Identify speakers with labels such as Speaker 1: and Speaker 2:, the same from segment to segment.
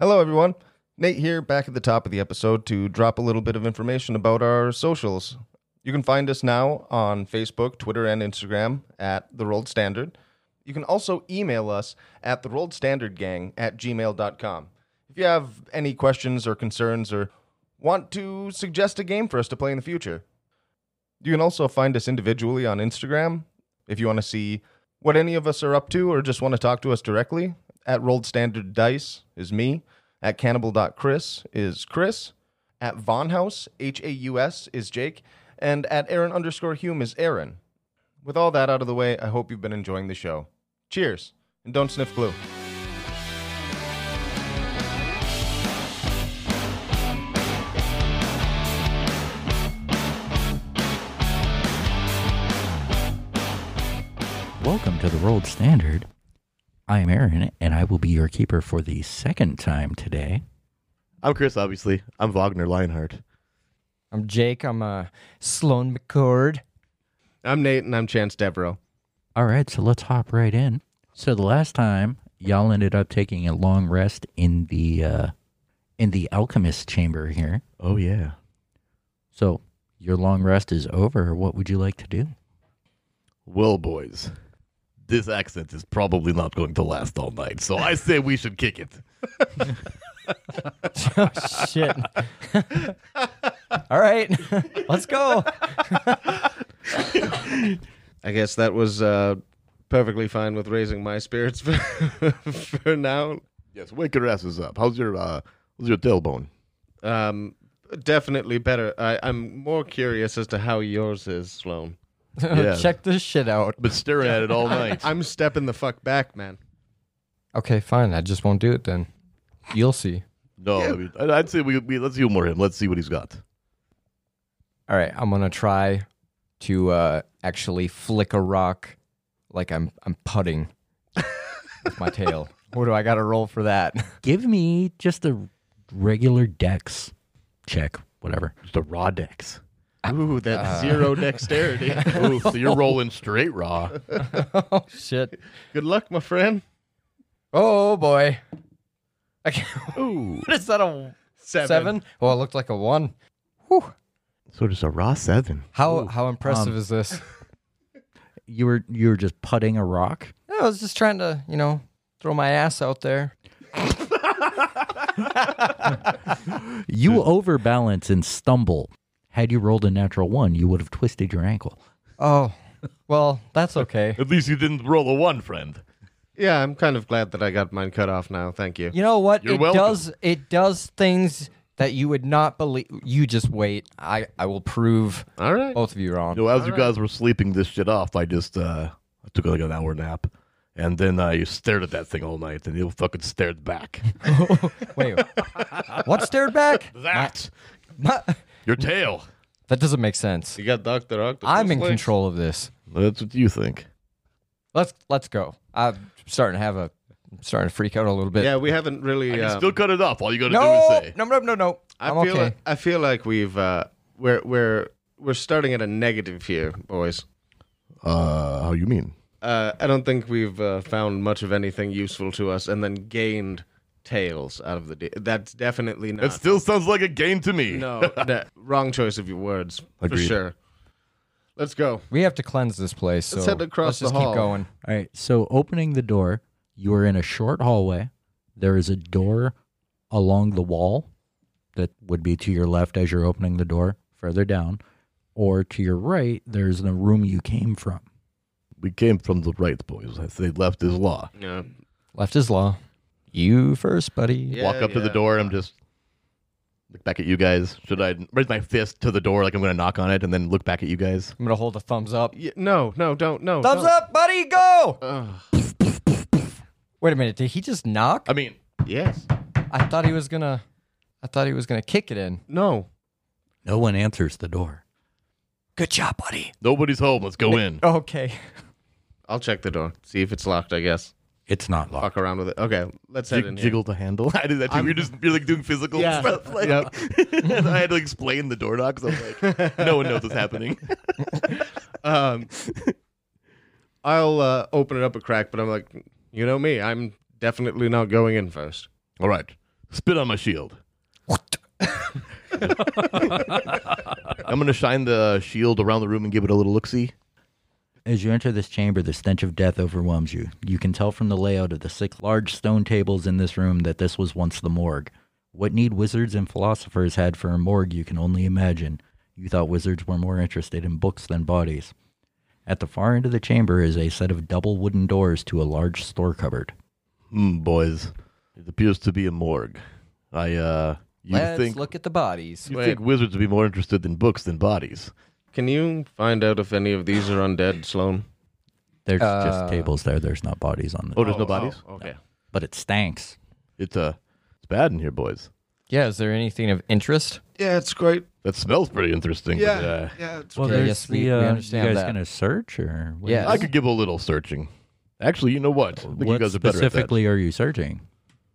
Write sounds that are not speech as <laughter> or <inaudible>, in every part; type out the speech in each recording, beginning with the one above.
Speaker 1: Hello, everyone. Nate here, back at the top of the episode to drop a little bit of information about our socials. You can find us now on Facebook, Twitter, and Instagram at The Rolled Standard. You can also email us at The Rolled Standard Gang at gmail.com. If you have any questions or concerns or want to suggest a game for us to play in the future, you can also find us individually on Instagram if you want to see what any of us are up to or just want to talk to us directly. At Rolled Standard Dice is me. At Cannibal.Chris is Chris. At Vonhouse, H A U S, is Jake. And at Aaron underscore Hume is Aaron. With all that out of the way, I hope you've been enjoying the show. Cheers, and don't sniff glue.
Speaker 2: Welcome to the World Standard. I am Aaron, and I will be your keeper for the second time today.
Speaker 3: I'm Chris, obviously. I'm Wagner Lionheart.
Speaker 4: I'm Jake. I'm uh, Sloan McCord. <laughs>
Speaker 1: I'm Nate, and I'm Chance Devereaux.
Speaker 2: All right, so let's hop right in. So the last time y'all ended up taking a long rest in the uh, in the alchemist chamber here.
Speaker 3: Oh yeah.
Speaker 2: So your long rest is over. What would you like to do?
Speaker 3: Well, boys, this accent is probably not going to last all night, so I say we should kick it.
Speaker 4: oh shit! <laughs> All right, <laughs> let's go. <laughs>
Speaker 1: I guess that was uh, perfectly fine with raising my spirits <laughs> for, for now.
Speaker 3: <laughs> Yes, wake your asses up. How's your uh how's your tailbone?
Speaker 1: Um, definitely better. I, I'm more curious as to how yours is, Sloan.
Speaker 3: Yeah.
Speaker 4: Check this shit out.
Speaker 3: Been staring at it <laughs> all night.
Speaker 1: I'm stepping the fuck back, man.
Speaker 4: Okay, fine. I just won't do it then. You'll see.
Speaker 3: no, I mean, I'd- I'd say we, we let's humor him. Let's see what he's got.
Speaker 4: All right, I'm gonna try to uh, actually flick a rock like I'm I'm putting with my tail. <laughs> What do I got to roll for that?
Speaker 2: Give me just a regular dex check, whatever.
Speaker 3: Just a raw dex. Ah.
Speaker 1: Ooh, that zero
Speaker 3: <laughs>
Speaker 1: dexterity.
Speaker 3: Ooh, so you're rolling straight raw. <laughs>
Speaker 4: oh shit!
Speaker 1: Good luck, my friend.
Speaker 4: <laughs> Oh boy! I can't,
Speaker 3: Ooh.
Speaker 4: what <laughs> is that a
Speaker 1: Seven.
Speaker 4: seven? Well, it looked like a one.
Speaker 3: So just a raw seven.
Speaker 4: How how impressive is this?
Speaker 2: You were you were just putting a rock.
Speaker 4: I was just trying to, you know, throw my ass out there.
Speaker 2: You overbalance and stumble. Had you rolled a natural one, you would have twisted your ankle.
Speaker 4: Oh, well, that's okay.
Speaker 3: At least you didn't roll a one, friend.
Speaker 1: Yeah, I'm kind of glad that I got mine cut off now. Thank you.
Speaker 4: <laughs> You know what?
Speaker 3: You're
Speaker 4: it
Speaker 3: welcome.
Speaker 4: does it does things that you would not believe. You just wait. I I will prove
Speaker 1: All right.
Speaker 4: both of you wrong.
Speaker 3: You know, as you guys were sleeping this shit off, I just uh I took like an hour nap. And then I stared at that thing all night and it fucking
Speaker 1: <laughs>
Speaker 3: stared back.
Speaker 4: Wait, what stared back?
Speaker 3: That
Speaker 4: My-
Speaker 3: your tail.
Speaker 4: <laughs> that doesn't make sense.
Speaker 1: you got Doctor Octopus.
Speaker 4: I'm in
Speaker 1: legs?
Speaker 4: control of this.
Speaker 3: That's what you think.
Speaker 4: Let's let's go. I'm starting to have a I'm starting to freak out a little bit.
Speaker 1: Yeah, we haven't really.
Speaker 3: You
Speaker 1: Um,
Speaker 3: still cut it off. All you gotta do
Speaker 4: No,
Speaker 3: is say.
Speaker 4: no, no, no, no.
Speaker 1: I
Speaker 4: I'm
Speaker 1: feel.
Speaker 4: okay.
Speaker 1: Like, I feel like we've uh, we're we're we're starting at a negative here, boys.
Speaker 3: Uh, how you mean?
Speaker 1: Uh, I don't think we've uh, found much of anything useful to us, and then gained tails out of the. De- That's definitely not.
Speaker 3: That still sounds like a game to <laughs> me.
Speaker 1: no, that, wrong choice of your words for
Speaker 3: Agreed.
Speaker 1: sure. Let's go.
Speaker 4: we have to cleanse this place. So
Speaker 1: Let's head across
Speaker 4: let's just
Speaker 1: the hall.
Speaker 4: keep going.
Speaker 2: All right. So opening the door, you are in a short hallway. There is a door along the wall that would be to your left as you're opening the door further down, or to your right, there's the room you came from.
Speaker 3: We came from the right, boys. I say left is law.
Speaker 1: Yeah.
Speaker 4: Left is law. You first, buddy.
Speaker 1: Yeah,
Speaker 3: Walk up to the
Speaker 1: yeah.
Speaker 3: door. I'm just look back at you guys. Should I raise my fist to the door like I'm gonna knock on it and then look back at you guys?
Speaker 4: I'm gonna hold a thumbs up.
Speaker 1: Yeah, no, no, don't, no.
Speaker 4: Thumbs
Speaker 1: don't.
Speaker 4: up, buddy, go!
Speaker 1: Ugh.
Speaker 4: Wait a minute, did he just knock?
Speaker 3: I mean,
Speaker 1: yes.
Speaker 4: I thought he was gonna I thought he was gonna kick it in.
Speaker 1: No.
Speaker 2: No one answers the door.
Speaker 4: Good job, buddy.
Speaker 3: nobody's home. Let's go in.
Speaker 4: Okay.
Speaker 1: I'll check the door. See if it's locked, I guess.
Speaker 2: It's not locked.
Speaker 1: Fuck around with it. Okay, let's head in
Speaker 3: Jig-
Speaker 1: here.
Speaker 3: jiggle the handle. <laughs> I did that too. You're just you're like doing physical
Speaker 1: Yeah.
Speaker 3: stuff. Like,
Speaker 1: Yep.
Speaker 3: and <laughs> I had to explain the door knock 'cause I was like, no one knows what's happening.
Speaker 1: Um, I'll uh, open it up a crack, but I'm like, you know me, I'm definitely not going in first.
Speaker 3: <laughs> All right. Spit on my shield. <laughs> I'm going to shine the shield around the room and give it a little look see.
Speaker 2: As you enter this chamber, the stench of death overwhelms you. You can tell from the layout of the six large stone tables in this room that this was once the morgue. What need wizards and philosophers had for a morgue, you can only imagine. You thought wizards were more interested in books than bodies. At the far end of the chamber is a set of double wooden doors to a large store cupboard.
Speaker 3: Hmm, boys. It appears to be a morgue. I, uh, you
Speaker 4: Let's
Speaker 3: think,
Speaker 4: look at the bodies.
Speaker 3: you think wizards would be more interested in books than bodies.
Speaker 1: Can you find out if any of these are undead, Sloan?
Speaker 2: There's
Speaker 4: Uh,
Speaker 2: just tables there. There's not bodies on them.
Speaker 3: Oh, there's no bodies?
Speaker 1: okay.
Speaker 2: But it stanks.
Speaker 3: It's, uh, it's bad in here, boys.
Speaker 4: Yeah, is there anything of interest?
Speaker 1: Yeah, it's great.
Speaker 3: That smells pretty interesting. but, uh,
Speaker 1: yeah, it's
Speaker 2: Well,
Speaker 4: Okay,
Speaker 2: there's
Speaker 4: yes,
Speaker 2: the,
Speaker 4: we- we
Speaker 2: uh,
Speaker 4: understand
Speaker 2: you guys
Speaker 4: that.
Speaker 2: going to search or? what-
Speaker 4: Yeah.
Speaker 3: I could give a little searching. Actually, you know what? I think
Speaker 2: What
Speaker 3: you guys are better
Speaker 2: specifically are you searching?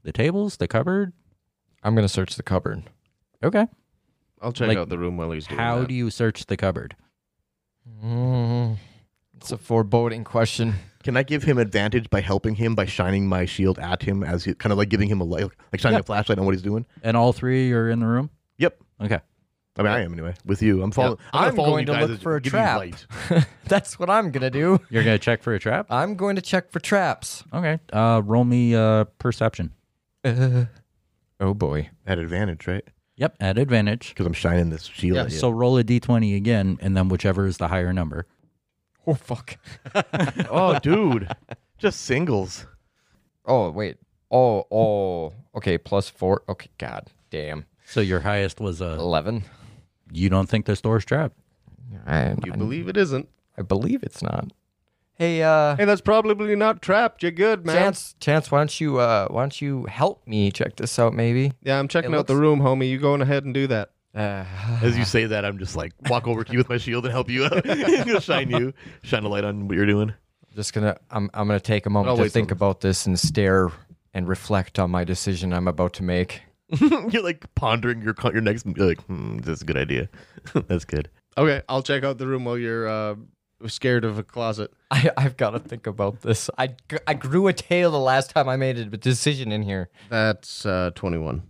Speaker 2: The tables, the cupboard.
Speaker 4: I'm gonna search the cupboard.
Speaker 2: Okay.
Speaker 1: I'll check
Speaker 2: Like,
Speaker 1: out the room while he's doing
Speaker 2: How
Speaker 1: that.
Speaker 2: do you search the cupboard?
Speaker 4: Mm, it's a foreboding question. <laughs>
Speaker 3: at that. Can I give him advantage by helping him by shining my shield at him as he, kind of like giving him a light, like shining a flashlight on what he's doing?
Speaker 2: And all three are in the room.
Speaker 3: Yep.
Speaker 2: Okay.
Speaker 3: I mean, I am anyway. With you, I'm following. I'm,
Speaker 4: I'm
Speaker 3: following
Speaker 4: going
Speaker 3: you
Speaker 4: to
Speaker 3: guys
Speaker 4: look
Speaker 3: as-
Speaker 4: for a
Speaker 3: give you
Speaker 4: trap.
Speaker 3: light.
Speaker 4: That's what I'm gonna do.
Speaker 2: You're gonna check for a <laughs> trap.
Speaker 4: I'm going to check for traps.
Speaker 2: Okay. Uh, roll me uh, perception.
Speaker 4: Uh, oh boy.
Speaker 3: At advantage, right?
Speaker 2: Yep, at advantage.
Speaker 3: Because I'm shining this shield. at you.
Speaker 2: So roll a d20 again, and then whichever is the higher number.
Speaker 4: Oh fuck.
Speaker 3: oh,
Speaker 4: <laughs>
Speaker 3: dude, just singles.
Speaker 4: Oh wait. Oh oh. Okay, plus four. Okay, god damn.
Speaker 2: So your highest was a.
Speaker 4: Eleven.
Speaker 2: You don't think this door's trapped?
Speaker 4: I,
Speaker 1: You believe it isn't?
Speaker 4: I believe it's not. Hey, uh,
Speaker 1: Hey, that's probably not trapped. You're good, man.
Speaker 4: Chance, Chance, why don't you, uh, why don't you help me check this out, maybe?
Speaker 1: Yeah, I'm checking
Speaker 4: It
Speaker 1: out the room, homie. You going ahead and do that.
Speaker 4: Uh,
Speaker 3: As you say that, I'm just like walk over to you with my shield and help you out. <laughs> Just shine you, shine a light on what you're doing. <laughs>
Speaker 4: just gonna, I'm, I'm gonna take a moment
Speaker 1: I'll
Speaker 4: to
Speaker 1: wait
Speaker 4: think
Speaker 1: till-
Speaker 4: about this and stare and reflect on my decision I'm about to make.
Speaker 3: you're like pondering your co- your next. You're like, hmm, this is a good idea. <laughs> That's good.
Speaker 1: Okay, I'll check out the room while you're uh, scared of a closet.
Speaker 4: <laughs> I, I've got to think about this. I, gr- I grew a tail the last time I made a decision in here.
Speaker 1: That's uh, 21.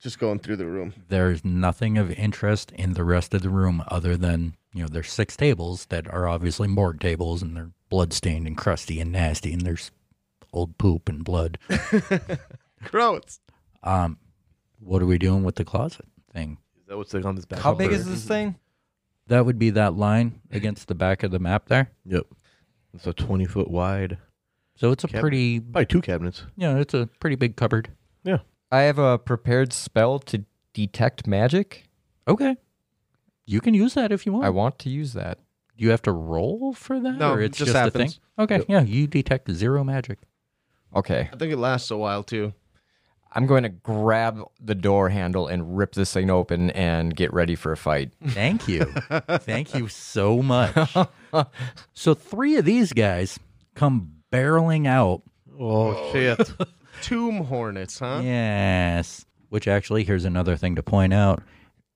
Speaker 1: Just going through the room.
Speaker 2: There's nothing of interest in the rest of the room other than you know there's six tables that are obviously morgue tables, and they're bloodstained and crusty and nasty, and there's old poop and blood.
Speaker 1: <laughs> Gross.
Speaker 2: Um, what are we doing with the closet thing?
Speaker 3: Is that what's like on this back?
Speaker 4: How big
Speaker 3: cover?
Speaker 4: is this
Speaker 1: Mm-hmm.
Speaker 4: thing?
Speaker 2: That would be that line against the back of the map there.
Speaker 3: Yep. It's a 20 foot wide.
Speaker 2: So it's a
Speaker 3: Cabinet.
Speaker 2: pretty,
Speaker 3: Probably two cabinets.
Speaker 2: you know, it's a pretty big cupboard.
Speaker 4: I have a prepared spell to detect magic.
Speaker 2: Okay. You can use that if you want.
Speaker 4: I want to use that.
Speaker 2: Do you have to roll for that?
Speaker 1: No,
Speaker 2: or it's
Speaker 1: just
Speaker 2: just, a thing?
Speaker 1: happens.
Speaker 2: Okay. Yeah. You detect zero magic.
Speaker 4: Okay.
Speaker 1: I think it lasts a while, too.
Speaker 4: I'm going to grab the door handle and rip this thing open and get ready for a fight.
Speaker 1: <laughs>
Speaker 2: Thank you. Thank you so much. so three of these guys come barreling out.
Speaker 3: Oh, shit.
Speaker 1: <laughs> Tomb hornets, huh?
Speaker 2: Yes. Which actually, here's another thing to point out.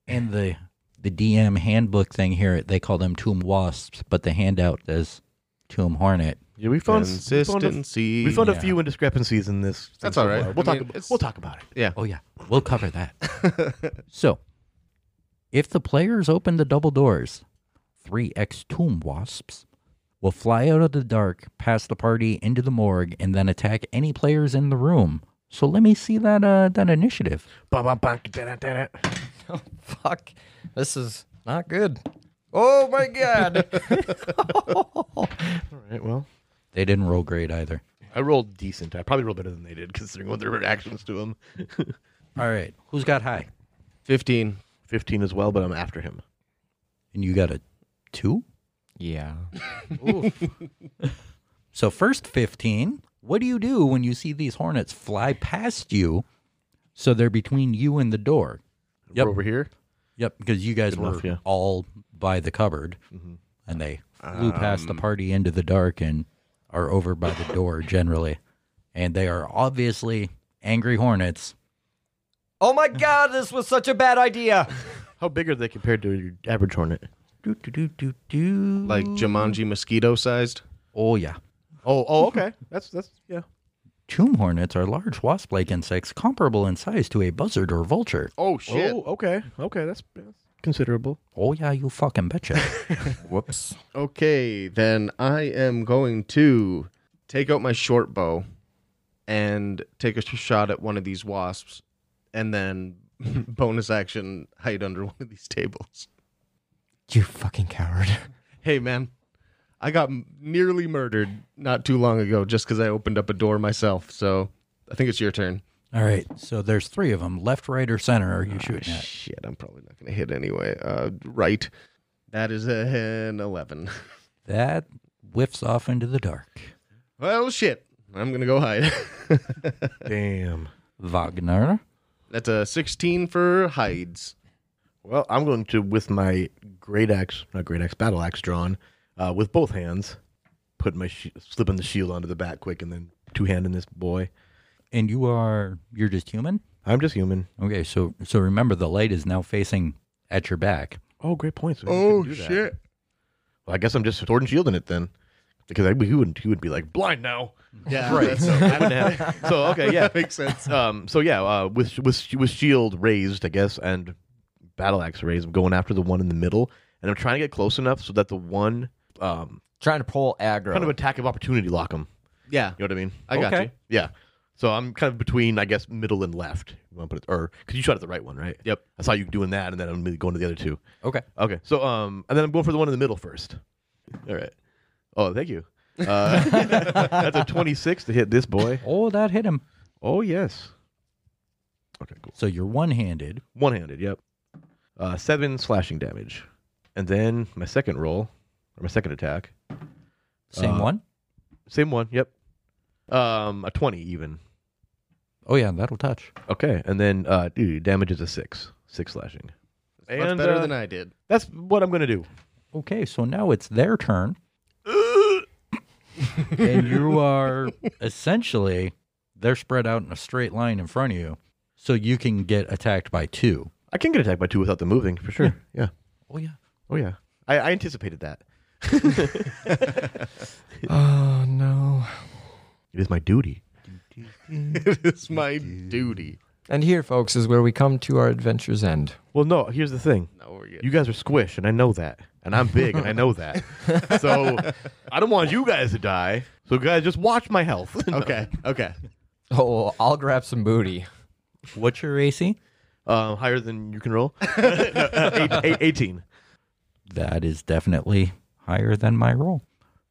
Speaker 2: In the the DM handbook thing here, they call them tomb wasps, but the handout says tomb hornet.
Speaker 3: yeah, we found s- we found a-
Speaker 1: Consistency.
Speaker 3: We found a few indiscrepancies in this. thing
Speaker 1: That's
Speaker 3: so
Speaker 1: all right.
Speaker 3: far.
Speaker 1: I
Speaker 3: We'll talk.
Speaker 1: mean,
Speaker 3: about,
Speaker 1: it's-
Speaker 3: we'll talk about it.
Speaker 1: yeah.
Speaker 2: Oh yeah, we'll cover that. <laughs> so, if the players open the double doors, three ex tomb wasps will fly out of the dark, past the party into the morgue, and then attack any players in the room. So let me see that uh, that initiative.
Speaker 3: Ba, ba, ba, da, da, da, da.
Speaker 4: Oh, <laughs> fuck. This is not good. Oh my god. <laughs>
Speaker 3: All right. Well,
Speaker 2: They didn't roll great either.
Speaker 3: I rolled decent. I probably rolled better than they did, considering what their reactions to him.
Speaker 2: All right, who's got high?
Speaker 1: 15.
Speaker 3: Fifteen as well, but I'm after him.
Speaker 2: And you got a two.
Speaker 4: yeah.
Speaker 2: So first 15, what do you do when you see these hornets fly past you so they're between you and the door? Yep.
Speaker 3: We're over here.
Speaker 2: Yep, because you guys were
Speaker 3: enough, yeah. Mm-hmm.
Speaker 2: all by the cupboard and they flew past the party into the dark and are over by the door generally. And they are obviously angry hornets.
Speaker 4: Oh my god, this was such a bad idea.
Speaker 3: How big are they compared to your average hornet?
Speaker 2: Do, do, do, do, do.
Speaker 1: Like Jumanji mosquito sized.
Speaker 2: oh, yeah.
Speaker 3: <laughs> Oh, oh, okay. That's that's yeah.
Speaker 2: Chum hornets are large wasp-like insects comparable in size to a buzzard or vulture.
Speaker 1: Oh shit!
Speaker 3: Oh, okay. Okay, that's, that's <laughs> considerable.
Speaker 2: Oh yeah, you fucking betcha. <laughs>
Speaker 4: Whoops.
Speaker 1: Okay, then I am going to take out my short bow and take a sh- shot at one of these wasps, and then <laughs> bonus action hide under <laughs> one of these tables.
Speaker 4: You fucking coward.
Speaker 1: Hey man, I got m- nearly murdered not too long ago just because I opened up a door myself. So I think it's your turn.
Speaker 2: All right, so there's three of them. Left, right, or center are you shooting at?
Speaker 1: Shit, I'm probably not gonna hit anyway. Uh, right. That is an eleven. <laughs>
Speaker 2: That whiffs off into the dark.
Speaker 1: Well, shit. I'm gonna go hide. <laughs>
Speaker 3: Damn.
Speaker 2: Wagner.
Speaker 1: That's a 16 for hides.
Speaker 3: Well, I'm going to with my great axe, not great axe, battle axe drawn, uh, with both hands, put my sh- slipping the shield onto the back quick, and then two handing this boy.
Speaker 2: And you are you're just human?
Speaker 3: I'm just human.
Speaker 2: Okay, so so remember the light is now facing at your back.
Speaker 3: Oh, great points. Oh shit. Well, I guess I'm just sword and shielding it then, because I, he would he would be like blind <laughs> now.
Speaker 1: Yeah,
Speaker 3: Right.
Speaker 1: that's-
Speaker 3: So, I wouldn't have, so okay, yeah.
Speaker 1: that <laughs> makes sense.
Speaker 3: Um. So yeah, uh, with with with shield raised, I guess, and battle axe raised, I'm going after the one in the middle, and I'm trying to get close enough so that the one, um,
Speaker 4: Trying to pull aggro.
Speaker 3: kind of attack of opportunity lock him.
Speaker 1: Yeah,
Speaker 3: You know what I mean?
Speaker 1: I got
Speaker 2: Okay.
Speaker 1: you.
Speaker 3: Yeah. So I'm kind of between, I guess, middle and left. You want to put it, or because you shot at the right one, right?
Speaker 1: Yep.
Speaker 3: I saw you doing that, and then I'm going to the other two.
Speaker 2: Okay.
Speaker 3: Okay. So um, and then I'm going for the one in the middle first. All right. Oh, thank you. Uh, <laughs> that's a 26 to hit this boy.
Speaker 2: Oh, that hit him.
Speaker 3: Oh yes. Okay. Cool.
Speaker 2: So you're one-handed.
Speaker 3: One handed. Yep. Uh, seven slashing damage, and then my second roll or my second attack.
Speaker 2: Same
Speaker 3: Uh,
Speaker 2: one?
Speaker 3: Same one. Yep. Um, a 20 even.
Speaker 2: Oh yeah, that'll touch.
Speaker 3: Okay, and then uh, dude, damage is a six, six slashing.
Speaker 1: That's much
Speaker 3: uh,
Speaker 1: better than I did.
Speaker 3: That's what I'm gonna do.
Speaker 2: Okay, so now it's their turn. and you are essentially they're spread out in a straight line in front of you. So you can get attacked by two.
Speaker 3: I can get attacked by two without them moving for sure. Yeah.
Speaker 2: Oh yeah.
Speaker 3: Oh yeah. I, I anticipated that.
Speaker 4: oh no.
Speaker 3: It is my duty.
Speaker 1: <laughs> It's my duty.
Speaker 4: And here, folks, is where we come to our adventure's end.
Speaker 3: Well, no. Here's the thing.
Speaker 1: No, we're good.
Speaker 3: You guys are squish, and I know that, and I'm big, and I know that. So I don't want you guys to die. So guys, just watch my health.
Speaker 1: okay, okay.
Speaker 4: Oh, I'll grab some booty.
Speaker 2: What's your AC?
Speaker 3: Uh, higher than you can roll. Eight- eight- Eighteen.
Speaker 2: That is definitely higher than my roll.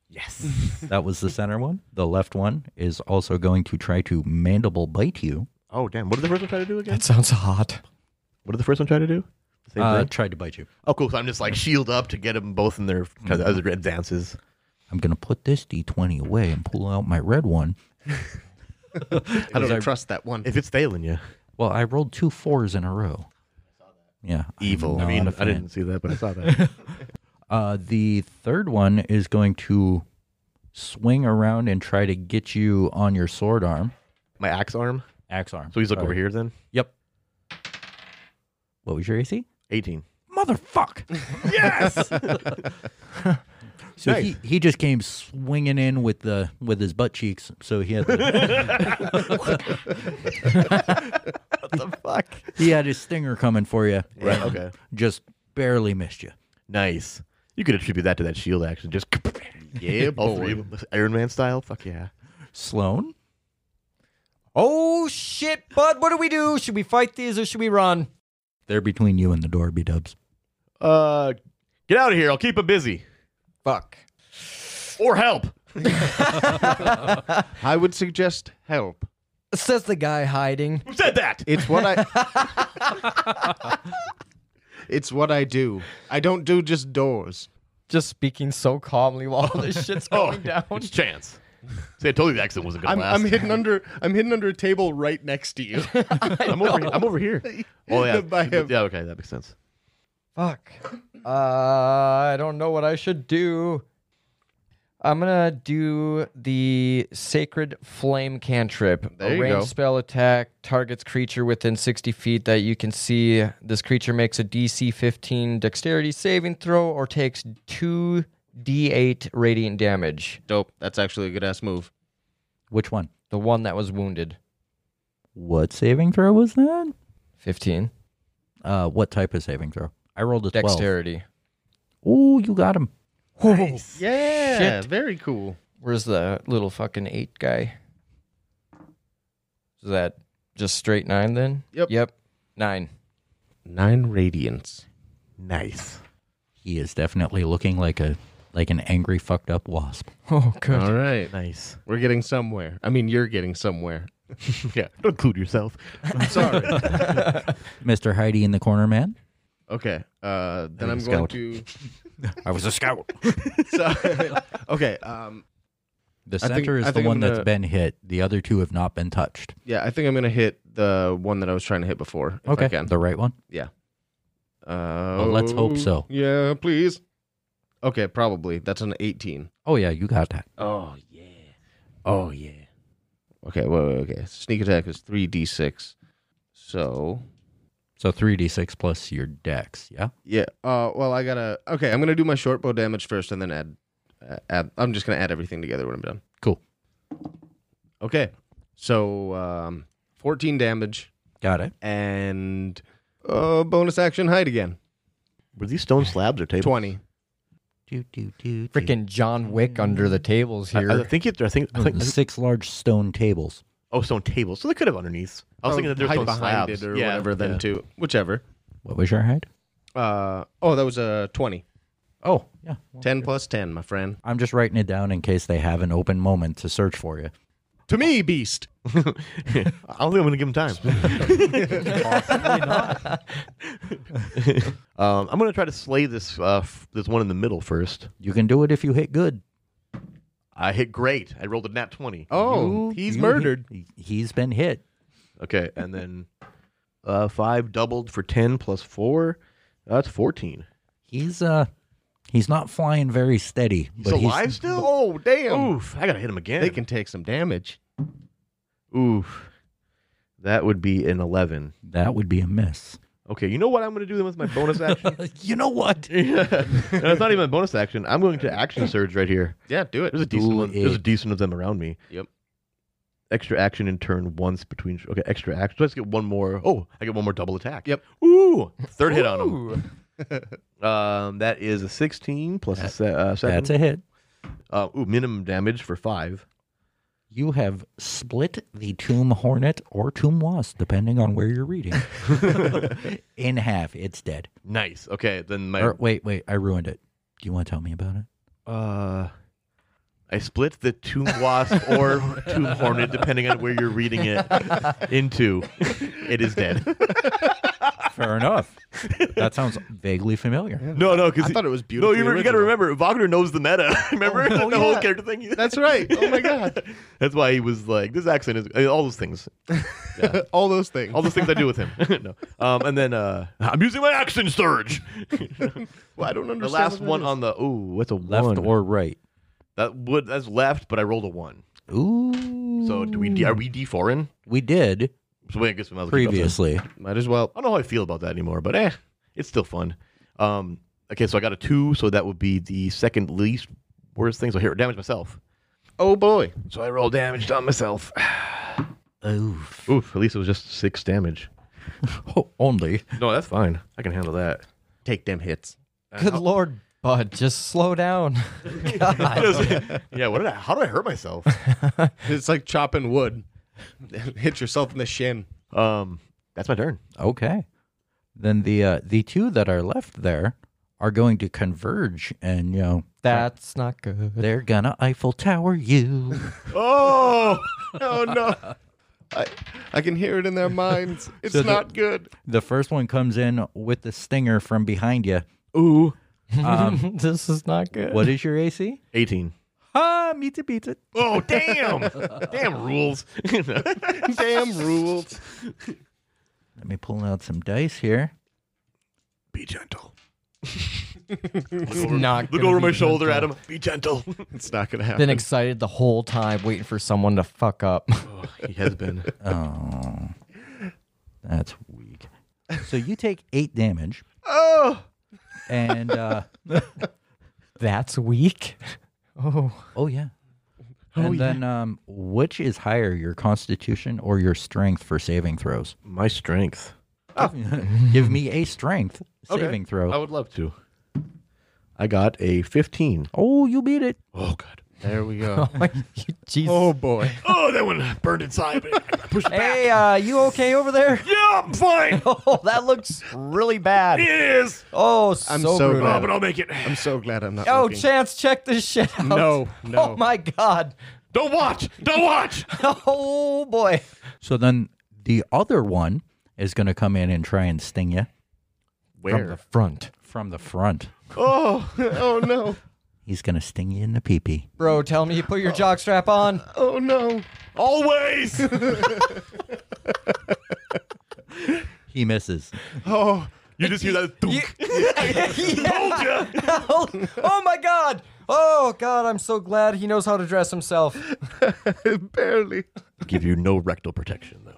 Speaker 2: Yes. that
Speaker 3: <laughs>
Speaker 2: was the center one. The left one is also going to try to mandible bite you.
Speaker 3: Oh damn! What did the first one try to do again?
Speaker 4: That sounds hot.
Speaker 3: What did the first one try to do? Same
Speaker 2: Uh,
Speaker 3: thing?
Speaker 2: tried to bite you.
Speaker 3: Oh, cool. So I'm just like shield up to get them both in their kind of other advances.
Speaker 2: I'm going to put this d20 away and pull out my red one.
Speaker 1: I don't trust that one.
Speaker 3: If it's failing you,
Speaker 2: Well, I rolled two fours in a row. Yeah. I'm
Speaker 3: I
Speaker 2: not
Speaker 3: mean,
Speaker 2: a
Speaker 3: I
Speaker 2: fan.
Speaker 3: didn't see that, but I saw that. <laughs>
Speaker 2: Uh, the third one is going to swing around and try to get you on your sword arm,
Speaker 3: My axe arm.
Speaker 2: axe arm.
Speaker 3: So he's like
Speaker 2: Sorry.
Speaker 3: over here then.
Speaker 2: Yep. What was your AC?
Speaker 3: 18.
Speaker 2: motherfuck.
Speaker 3: <laughs>
Speaker 2: Yes. so he, he just came swinging in with the with his butt cheeks. So he had <laughs> the,
Speaker 3: Fuck.
Speaker 2: he had his stinger coming for you.
Speaker 3: Right.
Speaker 2: and
Speaker 3: Okay.
Speaker 2: Just barely missed you.
Speaker 3: Nice. You could attribute that to that shield action. Just yeah, <laughs> all three of 'em. Iron Man style. Fuck yeah.
Speaker 2: Sloan.
Speaker 4: Oh shit, bud, what do we do? Should we fight these or should we run?
Speaker 2: They're between you and the door, B Dubs.
Speaker 3: Uh, get out of here. I'll keep him busy.
Speaker 4: Fuck.
Speaker 3: Or help.
Speaker 1: I would suggest help.
Speaker 4: Says the guy hiding.
Speaker 3: Who said that?
Speaker 1: It's what I. it's what I do. I don't do just doors.
Speaker 4: Just speaking so calmly while all
Speaker 1: <laughs>
Speaker 4: this shit's
Speaker 1: Oh.
Speaker 4: going down.
Speaker 3: Oh, It's chance. See, I told you the accent wasn't gonna
Speaker 1: I'm,
Speaker 3: last.
Speaker 1: I'm hidden under. I'm hidden under a table right next to <laughs> you.
Speaker 3: I'm over. Here. I'm over <laughs> here. Oh yeah.
Speaker 1: By him.
Speaker 3: Yeah. Okay, that makes sense.
Speaker 4: Fuck. Uh, I don't know what I should do. I'm gonna do the sacred flame cantrip.
Speaker 1: There
Speaker 4: a
Speaker 1: you
Speaker 4: range
Speaker 1: go.
Speaker 4: spell attack targets creature within 60 feet that you can see. This creature makes a DC 15 dexterity saving throw or takes 2d8 radiant damage.
Speaker 1: Dope. That's actually a good ass move.
Speaker 2: Which one?
Speaker 4: The one that was wounded.
Speaker 2: What saving throw was that?
Speaker 4: 15.
Speaker 2: Uh, what type of saving throw? I rolled a 12.
Speaker 4: Dexterity.
Speaker 2: Ooh, you got him.
Speaker 1: Yeah,
Speaker 4: Shit.
Speaker 1: very cool.
Speaker 4: Where's the little fucking 8 guy? Is that just straight 9 then?
Speaker 1: Yep.
Speaker 4: Yep. 9.
Speaker 1: Nine radiance.
Speaker 3: Nice.
Speaker 2: He is definitely looking like a like an angry fucked up wasp.
Speaker 4: <laughs> Oh, good.
Speaker 1: All right.
Speaker 3: Nice.
Speaker 1: We're getting somewhere. I mean, you're getting somewhere.
Speaker 3: yeah. Don't include yourself.
Speaker 1: I'm sorry.
Speaker 2: Mr. Heidi in the corner man.
Speaker 1: <laughs> okay. Uh, then
Speaker 3: a
Speaker 1: I'm going
Speaker 3: scout.
Speaker 1: to.
Speaker 2: <laughs> I was a scout.
Speaker 1: <laughs> So, okay. Um,
Speaker 2: The
Speaker 1: I think-
Speaker 2: center
Speaker 1: I
Speaker 2: is the
Speaker 1: think I'm
Speaker 2: one that's
Speaker 1: gonna-
Speaker 2: been hit. The other two have not been touched.
Speaker 1: yeah, I think I'm going to hit the one that I was trying to hit before. If I can.
Speaker 2: The right one?
Speaker 1: Uh,
Speaker 2: let's hope so.
Speaker 1: Yeah, please. Okay, probably. That's an 18.
Speaker 2: Oh, yeah, you got that.
Speaker 1: Oh, yeah. Oh, yeah. Okay, wait, wait, okay. Sneak attack is 3d6. So,
Speaker 2: So 3d6 plus your dex, yeah?
Speaker 1: yeah. Uh, well, I gotta. Okay, I'm gonna do my short bow damage first, and then add. Uh, add. I'm just gonna add everything together when I'm done.
Speaker 2: Cool.
Speaker 1: Okay, so um, 14 damage
Speaker 2: Got it.
Speaker 1: and uh, bonus action hide again.
Speaker 3: Were these stone slabs or tables?
Speaker 1: 20.
Speaker 2: Do, do, do, do.
Speaker 4: Freaking John Wick under the tables
Speaker 3: I,
Speaker 4: here.
Speaker 3: I think it, I think. I think.
Speaker 2: Six large stone tables.
Speaker 3: Oh, stone tables. So they could have underneath. I was thinking that there's
Speaker 1: hide
Speaker 3: stone
Speaker 1: Oh, behind
Speaker 3: slabs
Speaker 1: it or
Speaker 3: Yeah,
Speaker 1: whatever. Then
Speaker 3: yeah.
Speaker 1: too, whichever.
Speaker 2: What was your height?
Speaker 1: Uh, oh, that was a 20.
Speaker 2: Oh, yeah.
Speaker 1: 10 plus 10, my friend.
Speaker 2: I'm just writing it down in case they have an open moment to search for you.
Speaker 1: To me, beast.
Speaker 3: <laughs> I don't think I'm going to give him time. <laughs> um, I'm going to try to slay this uh, f- this one in the middle first.
Speaker 2: You can do it if you hit good.
Speaker 3: I hit great. I rolled a nat 20.
Speaker 1: Oh, he's murdered.
Speaker 2: He's been hit.
Speaker 3: Okay, and then uh, 5 doubled for 10 plus 4. That's 14.
Speaker 2: He's uh he's not flying very steady,
Speaker 3: He's
Speaker 2: but
Speaker 3: alive
Speaker 2: he's
Speaker 3: still?
Speaker 1: Oh, damn.
Speaker 3: Oof, I got to hit him again.
Speaker 1: They can take some damage.
Speaker 3: Oof. That would be an 11.
Speaker 2: that would be a miss. <laughs>
Speaker 3: Okay, you know what I'm going to do then with my <laughs> bonus action?
Speaker 2: you know what?
Speaker 3: no, it's not even a bonus action. I'm going to action surge right here.
Speaker 1: Yeah, do it.
Speaker 3: There's a decent
Speaker 2: Do
Speaker 3: one. There's a
Speaker 2: it.
Speaker 3: decent of them around me.
Speaker 1: Yep.
Speaker 3: Extra action in turn once between. Okay, extra action. So I just get one more. Oh, I get one more double attack.
Speaker 1: Yep.
Speaker 3: Ooh, third hit on him. <laughs> Um, that is a 16 plus a se- uh, seven.
Speaker 2: That's a hit.
Speaker 3: Uh, ooh, minimum damage for five.
Speaker 2: You have split the tomb hornet or tomb wasp, depending on where you're reading, <laughs> in half. It's dead.
Speaker 3: Nice. Okay, then my
Speaker 2: Or, wait, wait, I ruined it. Do you want to tell me about it?
Speaker 3: uh, I split the tomb wasp <laughs> or tomb hornet, depending on where you're reading it, into. It is dead.
Speaker 2: <laughs> Fair enough. that sounds vaguely familiar.
Speaker 3: No, no, because
Speaker 1: I thought it was
Speaker 3: No,
Speaker 1: beautiful.
Speaker 3: you, you got to remember, Wagner knows the meta. <laughs> remember the whole character thing.
Speaker 1: <laughs> That's right. Oh, my
Speaker 3: <laughs>
Speaker 1: God.
Speaker 3: That's why he was like, this accent is I mean, all those things,
Speaker 1: All those things.
Speaker 3: all those things I do with him. <laughs> no, um, and then uh, I'm using my action surge.
Speaker 1: <laughs> Well, I don't understand.
Speaker 3: the
Speaker 1: what
Speaker 3: last
Speaker 1: that
Speaker 3: one
Speaker 1: is.
Speaker 3: on the ooh, what's a
Speaker 2: Left
Speaker 3: one?
Speaker 2: or right?
Speaker 3: that would that's left, but I rolled a one.
Speaker 2: Ooh.
Speaker 3: So do we?
Speaker 1: Hmm.
Speaker 3: D- Are we d foreign?
Speaker 2: we did
Speaker 3: So wait, I guess we might as well keep up then.
Speaker 2: previously. <laughs>
Speaker 1: Might as well.
Speaker 3: I don't know how I feel about that anymore, but eh, it's still fun. Um, okay, so I got a two, so that would be the second least worst thing. So here, damage myself.
Speaker 1: Oh, boy.
Speaker 3: So I roll damage on myself. <sighs>
Speaker 2: Oof.
Speaker 3: Oof, at least it was just six damage.
Speaker 2: Oh, only.
Speaker 3: No, that's fine. I can handle <laughs> that.
Speaker 1: Take them hits.
Speaker 4: Good lord, bud. Just
Speaker 3: <laughs>
Speaker 4: slow down.
Speaker 3: yeah, what did I, how did I hurt myself?
Speaker 1: It's like chopping wood. Hit yourself in the shin.
Speaker 3: Um, that's my turn.
Speaker 2: Okay. Then the uh, the two that are left there are going to converge, and you know
Speaker 4: That's not <laughs> good.
Speaker 2: they're gonna Eiffel Tower <laughs> you.
Speaker 3: <laughs>
Speaker 1: Oh, oh, no. I, I can hear it in their <laughs> minds. It's
Speaker 2: So the-
Speaker 1: not good.
Speaker 2: the first one comes in with the stinger from behind you.
Speaker 3: Ooh,
Speaker 4: this is not good.
Speaker 2: What is your AC? <laughs>
Speaker 3: eighteen.
Speaker 2: Ah, meets it, beats it.
Speaker 3: Oh, damn! damn <laughs> rules.
Speaker 1: Damn rules.
Speaker 2: Let me pull out some dice here.
Speaker 3: Be gentle.
Speaker 4: It's not
Speaker 3: Look
Speaker 4: gonna
Speaker 3: over
Speaker 4: be
Speaker 3: my
Speaker 4: good.
Speaker 3: shoulder at him. Be <laughs> gentle.
Speaker 1: It's not going to
Speaker 3: <laughs>
Speaker 1: happen.
Speaker 4: Been excited the whole time, waiting for someone to fuck up. <laughs>
Speaker 3: he has been. uh,
Speaker 2: Oh, that's weak. So you take eight damage,
Speaker 1: oh. <laughs>
Speaker 2: and uh,
Speaker 4: That's weak. <laughs> Oh, <laughs>
Speaker 2: oh yeah, and then, um, which is higher, your constitution or your strength for saving throws?
Speaker 3: My strength.
Speaker 1: Ah.
Speaker 2: Give me a strength saving
Speaker 3: I
Speaker 2: throw.
Speaker 3: would love to. I got a 15.
Speaker 2: Oh, you beat it.
Speaker 3: Oh, God. There we <laughs> go.
Speaker 4: Jeez.
Speaker 1: boy.
Speaker 3: oh, that one burned <laughs> inside. But I pushed it back.
Speaker 4: Hey, uh, you okay over there? <laughs>
Speaker 3: Yeah, I'm <laughs> fine.
Speaker 4: Oh, that looks really
Speaker 3: <laughs> It
Speaker 4: bad.
Speaker 3: is.
Speaker 4: Oh, so,
Speaker 1: I'm so
Speaker 4: brutal.
Speaker 1: glad.
Speaker 3: Oh, but I'll make it.
Speaker 1: I'm so glad I'm not.
Speaker 4: Oh,
Speaker 1: looking.
Speaker 4: Chance, check this shit
Speaker 1: <laughs>
Speaker 4: out.
Speaker 1: No, no.
Speaker 4: Oh, my God. <laughs>
Speaker 3: Don't watch. Don't <laughs> watch.
Speaker 4: Oh, boy.
Speaker 2: So then the other one is going to come in and try and sting you
Speaker 4: From the front.
Speaker 2: from the front.
Speaker 1: oh, <laughs> oh no,
Speaker 2: <laughs> He's going to sting you in the pee pee.
Speaker 4: Bro, tell me you put your jock
Speaker 1: <laughs>
Speaker 4: strap on.
Speaker 1: oh no.
Speaker 3: <laughs> Always.
Speaker 2: He misses.
Speaker 1: Oh,
Speaker 3: <laughs> You just hear that.
Speaker 4: <laughs>
Speaker 3: thunk. Told ya.
Speaker 4: oh, <laughs> oh, my God. Oh, God, I'm so glad he knows how to dress himself.
Speaker 1: barely.
Speaker 3: <laughs> Give you no rectal protection, <laughs> though.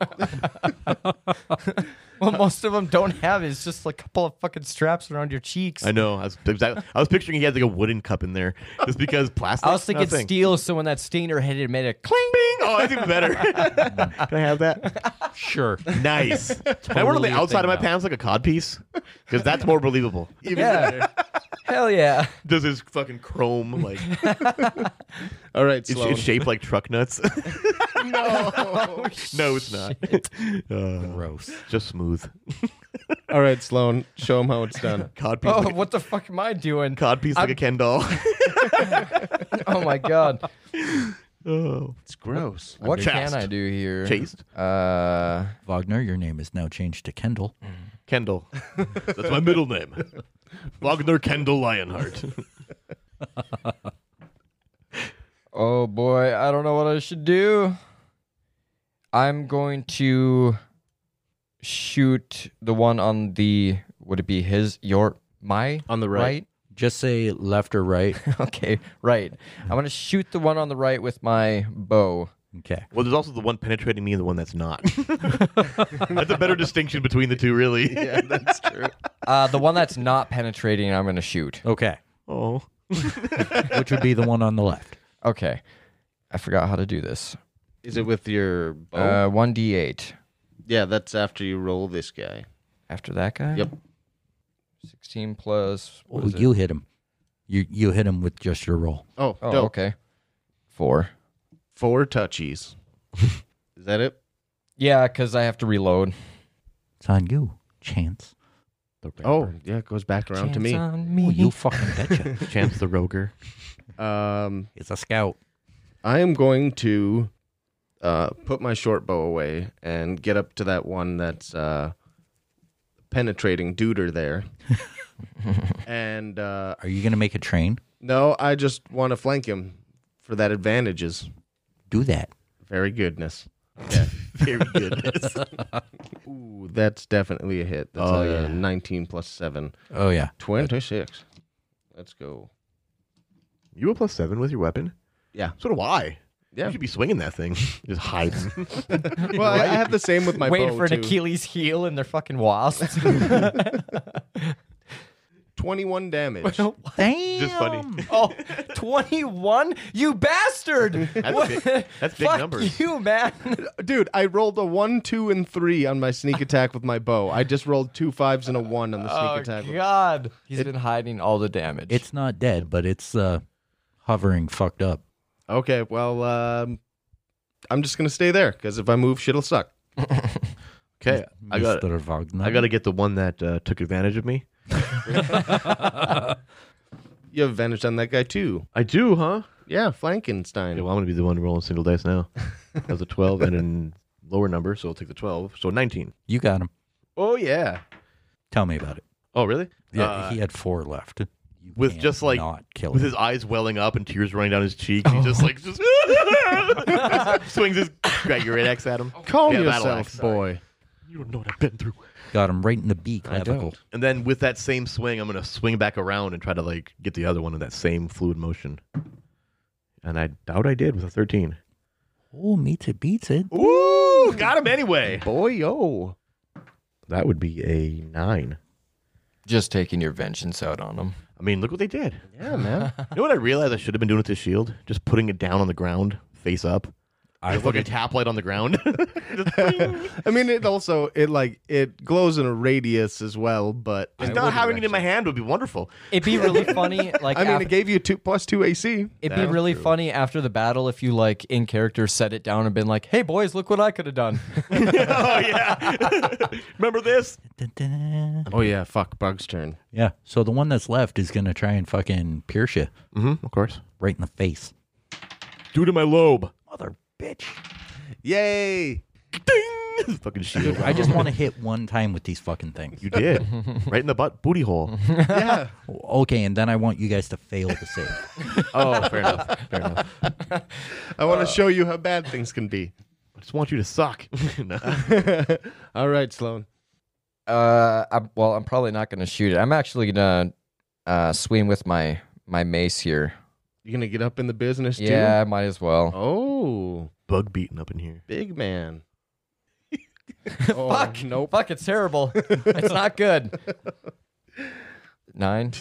Speaker 4: Well, most of them don't have it. It's just like a couple of fucking straps around your cheeks.
Speaker 3: I know. I was, exactly, I was picturing he had like a wooden cup in there just <laughs> because plastic.
Speaker 4: I was thinking
Speaker 3: Nothing.
Speaker 4: steel, so when that stainer hit it, it made a cling.
Speaker 3: Oh, that's even better. <laughs> Can I have that?
Speaker 2: Sure.
Speaker 3: Nice. Can I wear it on the
Speaker 2: Totally a
Speaker 3: outside of
Speaker 2: thing
Speaker 3: my
Speaker 2: now.
Speaker 3: pants like a codpiece? Because that's more believable. <laughs> Even
Speaker 4: Yeah.
Speaker 1: <laughs>
Speaker 4: Hell yeah. <laughs>
Speaker 3: does his fucking chrome <laughs> like
Speaker 1: All right,
Speaker 3: it's,
Speaker 1: Sloan.
Speaker 3: it's shaped like truck nuts?
Speaker 1: no.
Speaker 3: <laughs> no, it's not. Uh,
Speaker 2: Gross.
Speaker 3: just smooth.
Speaker 1: All right, Sloan. Show him how it's <laughs> done.
Speaker 3: Codpiece.
Speaker 4: Oh,
Speaker 3: like,
Speaker 4: what the fuck am I doing?
Speaker 3: Codpiece like a Ken doll.
Speaker 4: Oh my god.
Speaker 3: oh. It's
Speaker 1: Gross.
Speaker 4: What
Speaker 3: chest.
Speaker 4: can I do here?
Speaker 3: Chased?
Speaker 4: Uh,
Speaker 2: Wagner, your name is now changed to Kendall.
Speaker 3: Kendall. That's my middle name. Wagner Kendall Lionheart.
Speaker 4: oh boy, I don't know what I should do. I'm going to shoot the one on the would it be his your my
Speaker 1: On the right.
Speaker 2: Just say left or
Speaker 3: <laughs>
Speaker 2: right.
Speaker 4: right? <laughs> okay, right. I'm going to shoot the one on the right with my bow.
Speaker 2: Okay.
Speaker 3: <laughs> Well, there's also the one penetrating me and the one that's not. <laughs> that's a better distinction between the two, really.
Speaker 1: <laughs> <laughs> Yeah, that's true.
Speaker 4: Uh, the one that's not penetrating, I'm going to shoot.
Speaker 2: Okay.
Speaker 3: Oh.
Speaker 2: Which would be the one on the left.
Speaker 4: Okay. I forgot how to do this.
Speaker 1: Is it with your bow?
Speaker 4: Uh, 1d8
Speaker 1: yeah, that's after you roll this guy.
Speaker 4: after that guy.
Speaker 1: Yep.
Speaker 4: 16 plus. What
Speaker 2: Well,
Speaker 4: is it?
Speaker 2: you hit him. You you hit him with just your roll.
Speaker 1: Oh,
Speaker 4: Oh,
Speaker 1: dope.
Speaker 4: okay. Four.
Speaker 1: Four touchies. Is that it?
Speaker 4: Yeah, because I have to reload.
Speaker 2: It's on you, Chance.
Speaker 1: Oh, yeah, it goes back around to me.
Speaker 2: Well, you fucking betcha.
Speaker 3: <laughs> Chance the Roger.
Speaker 1: Um,
Speaker 2: it's a scout.
Speaker 1: I am going to uh, put my short bow away and get up to that one that's uh, penetrating duder there. and uh,
Speaker 2: Are you gonna make a train?
Speaker 1: no, I just want to flank him for that advantages.
Speaker 2: Do that.
Speaker 1: Very goodness.
Speaker 3: Very goodness.
Speaker 1: Ooh, that's definitely a hit. That's
Speaker 3: Oh,
Speaker 1: a
Speaker 3: yeah.
Speaker 1: 19 plus 7.
Speaker 2: Oh yeah.
Speaker 1: 26. Let's go.
Speaker 3: <laughs> you were plus seven with your weapon?
Speaker 1: Yeah.
Speaker 3: So do I.
Speaker 1: Yeah.
Speaker 3: You should be swinging that thing. Just hiding.
Speaker 1: Well, I, I have the same with my
Speaker 4: Waiting
Speaker 1: bow,
Speaker 4: for an
Speaker 1: too.
Speaker 4: Achilles heel and they're
Speaker 1: <laughs>
Speaker 4: fucking wasps. <laughs>
Speaker 1: 21 damage.
Speaker 2: Damn.
Speaker 3: <laughs> Just funny.
Speaker 4: oh, 21? You bastard! What-
Speaker 3: big- that's big
Speaker 4: <laughs> Fuck
Speaker 3: numbers.
Speaker 1: <laughs>
Speaker 4: you, man.
Speaker 1: Dude, I rolled a one, two, and three on my sneak attack with my bow. I just rolled two fives and a one on the sneak
Speaker 4: Oh,
Speaker 1: attack. with-
Speaker 4: God. he's been hiding all the damage.
Speaker 2: It's not dead, but it's uh hovering fucked up.
Speaker 1: Okay, well, um, I'm just gonna stay there because if I move, shit'll suck.
Speaker 3: <laughs> Okay. I got
Speaker 2: Mr. Wagner.
Speaker 3: I got to get the one that uh, took advantage of me.
Speaker 1: You have advantage on that guy too.
Speaker 3: I do, huh?
Speaker 1: Yeah,
Speaker 3: Okay,
Speaker 1: Frankenstein.
Speaker 3: well, I'm going to be the one rolling single dice now. That was a 12 and a lower number, so I'll take the 12. So 19.
Speaker 2: you got him.
Speaker 3: Oh, yeah.
Speaker 2: Tell me about it.
Speaker 3: Oh, really?
Speaker 2: Yeah,
Speaker 3: Uh,
Speaker 2: he had four left. You
Speaker 3: with
Speaker 2: can't
Speaker 3: just, like,
Speaker 2: not kill
Speaker 3: with
Speaker 2: him.
Speaker 3: his eyes welling up and tears running down his cheeks, he just like just <laughs> swings his Gregory axe at him.
Speaker 1: <laughs> Calm
Speaker 3: Yeah, battle axe,
Speaker 1: yourself,
Speaker 3: sorry.
Speaker 1: boy.
Speaker 3: You don't know what I've been through.
Speaker 2: got him right in the beak. Clavicle.
Speaker 3: And then with that same swing, I'm gonna swing back around and try to like get the other one in that same fluid motion. And I doubt I did with a 13.
Speaker 2: Oh, me to beats it.
Speaker 3: Ooh, got him anyway.
Speaker 1: Boy, yo.
Speaker 3: That would be a nine.
Speaker 4: just taking your vengeance out on him.
Speaker 3: I mean, look what they did.
Speaker 1: Yeah,
Speaker 3: <laughs>
Speaker 1: man.
Speaker 3: You know what I realized I should have been doing with this shield? Just putting it down on the ground, face up.
Speaker 2: I
Speaker 3: Just like a tap light on the <laughs> ground. Just-
Speaker 1: I mean, it also it like it glows in a radius as well, but
Speaker 3: Just
Speaker 1: I
Speaker 3: not
Speaker 1: wouldn't
Speaker 3: having it in my
Speaker 1: actually-
Speaker 3: hand would be wonderful.
Speaker 4: It'd be really
Speaker 1: <laughs>
Speaker 4: funny. Like
Speaker 1: I mean,
Speaker 4: after-
Speaker 1: it gave you two plus two AC.
Speaker 4: It'd be really funny after the battle if you like in character set it down and been like, "Hey boys, look what I could
Speaker 1: <laughs>
Speaker 4: have done."
Speaker 3: oh yeah. <laughs> Remember this?
Speaker 2: dun-dun.
Speaker 5: Oh yeah, fuck Bug's turn.
Speaker 2: Yeah. So the one that's left is gonna try and fucking pierce you
Speaker 3: Mm-hmm, of course.
Speaker 2: right in the face.
Speaker 3: Due to my lobe.
Speaker 2: Mother bitch.
Speaker 1: Yay!
Speaker 3: Ding! Fucking shield.
Speaker 2: I just want to hit one time with these fucking things.
Speaker 3: <laughs> You did. right in the butt booty hole.
Speaker 1: Yeah.
Speaker 2: Okay, and then I want you guys to fail to save.
Speaker 3: <laughs> oh, fair enough. Fair enough.
Speaker 1: I want to show you how bad things can be.
Speaker 3: I just want you to suck. <laughs> No.
Speaker 1: <laughs> All right, Sloan.
Speaker 4: uh, I'm, well, I'm probably not gonna shoot it. I'm actually gonna uh, swing with my my mace here.
Speaker 1: You gonna get up in the business too?
Speaker 4: Yeah, I might as well.
Speaker 1: Oh,
Speaker 3: Bug beating up in here.
Speaker 1: big man.
Speaker 4: <laughs>
Speaker 1: Oh,
Speaker 4: Fuck,
Speaker 1: Nope.
Speaker 4: fuck, it's <laughs> terrible. it's not good. Nine.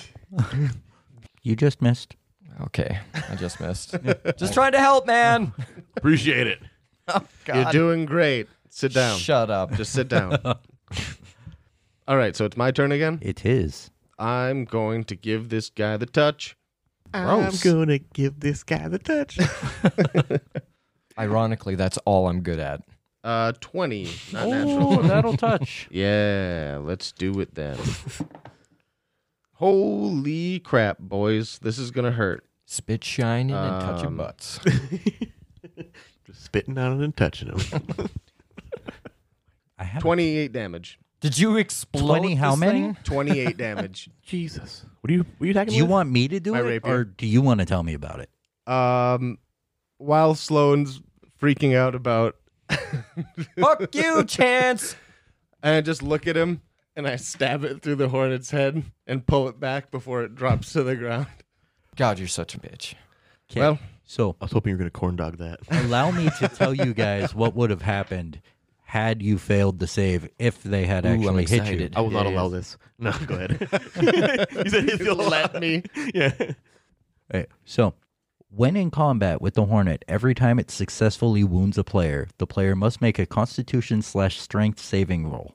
Speaker 2: You just missed.
Speaker 4: Okay, I just <laughs> missed. just trying to help, <laughs> man.
Speaker 3: Appreciate it.
Speaker 1: You're doing great. Sit down.
Speaker 4: Shut up.
Speaker 1: Just sit
Speaker 4: <laughs>
Speaker 1: down. All right, so it's my turn again.
Speaker 2: It is.
Speaker 1: I'm going to give this guy the touch.
Speaker 3: I'm gonna give this guy the touch.
Speaker 4: Ironically, that's all I'm good at.
Speaker 1: Uh, 20. Not natural.
Speaker 4: Oh.
Speaker 2: that'll touch.
Speaker 1: Yeah, let's do it then. <laughs> Holy crap, boys. This is going to hurt.
Speaker 4: Spit shining and touching
Speaker 1: Um,
Speaker 4: butts.
Speaker 3: just <laughs> spitting on it and touching him.
Speaker 2: I have
Speaker 1: 28 damage.
Speaker 4: <laughs> Did you explode?
Speaker 2: 20 how
Speaker 4: this
Speaker 2: many?
Speaker 4: thing?
Speaker 1: 28 damage.
Speaker 3: <laughs> Jesus. What are you what are you attacking
Speaker 2: Do you
Speaker 3: with?
Speaker 2: want me to do
Speaker 1: My
Speaker 2: it,
Speaker 1: rapier.
Speaker 2: or do you want to tell me about it?
Speaker 1: Um, while Sloane's freaking out about,
Speaker 4: Fuck you, Chance.
Speaker 1: and I just look at him and I stab it through the hornet's head and pull it back before it drops to the ground.
Speaker 4: God, you're such a bitch.
Speaker 2: 'Kay.
Speaker 1: Well-
Speaker 2: so
Speaker 3: I was hoping you were gonna corn dog that.
Speaker 2: allow me to tell you guys what would have happened had you failed to save if they had
Speaker 4: Ooh, I'm
Speaker 2: actually hit you.
Speaker 4: excited.
Speaker 3: I will not allow this. No, go ahead. <laughs> you said if you'll let me. Yeah.
Speaker 2: Right. So, when in combat with the Hornet, every time it successfully wounds a player, the player must make a Constitution slash Strength saving roll.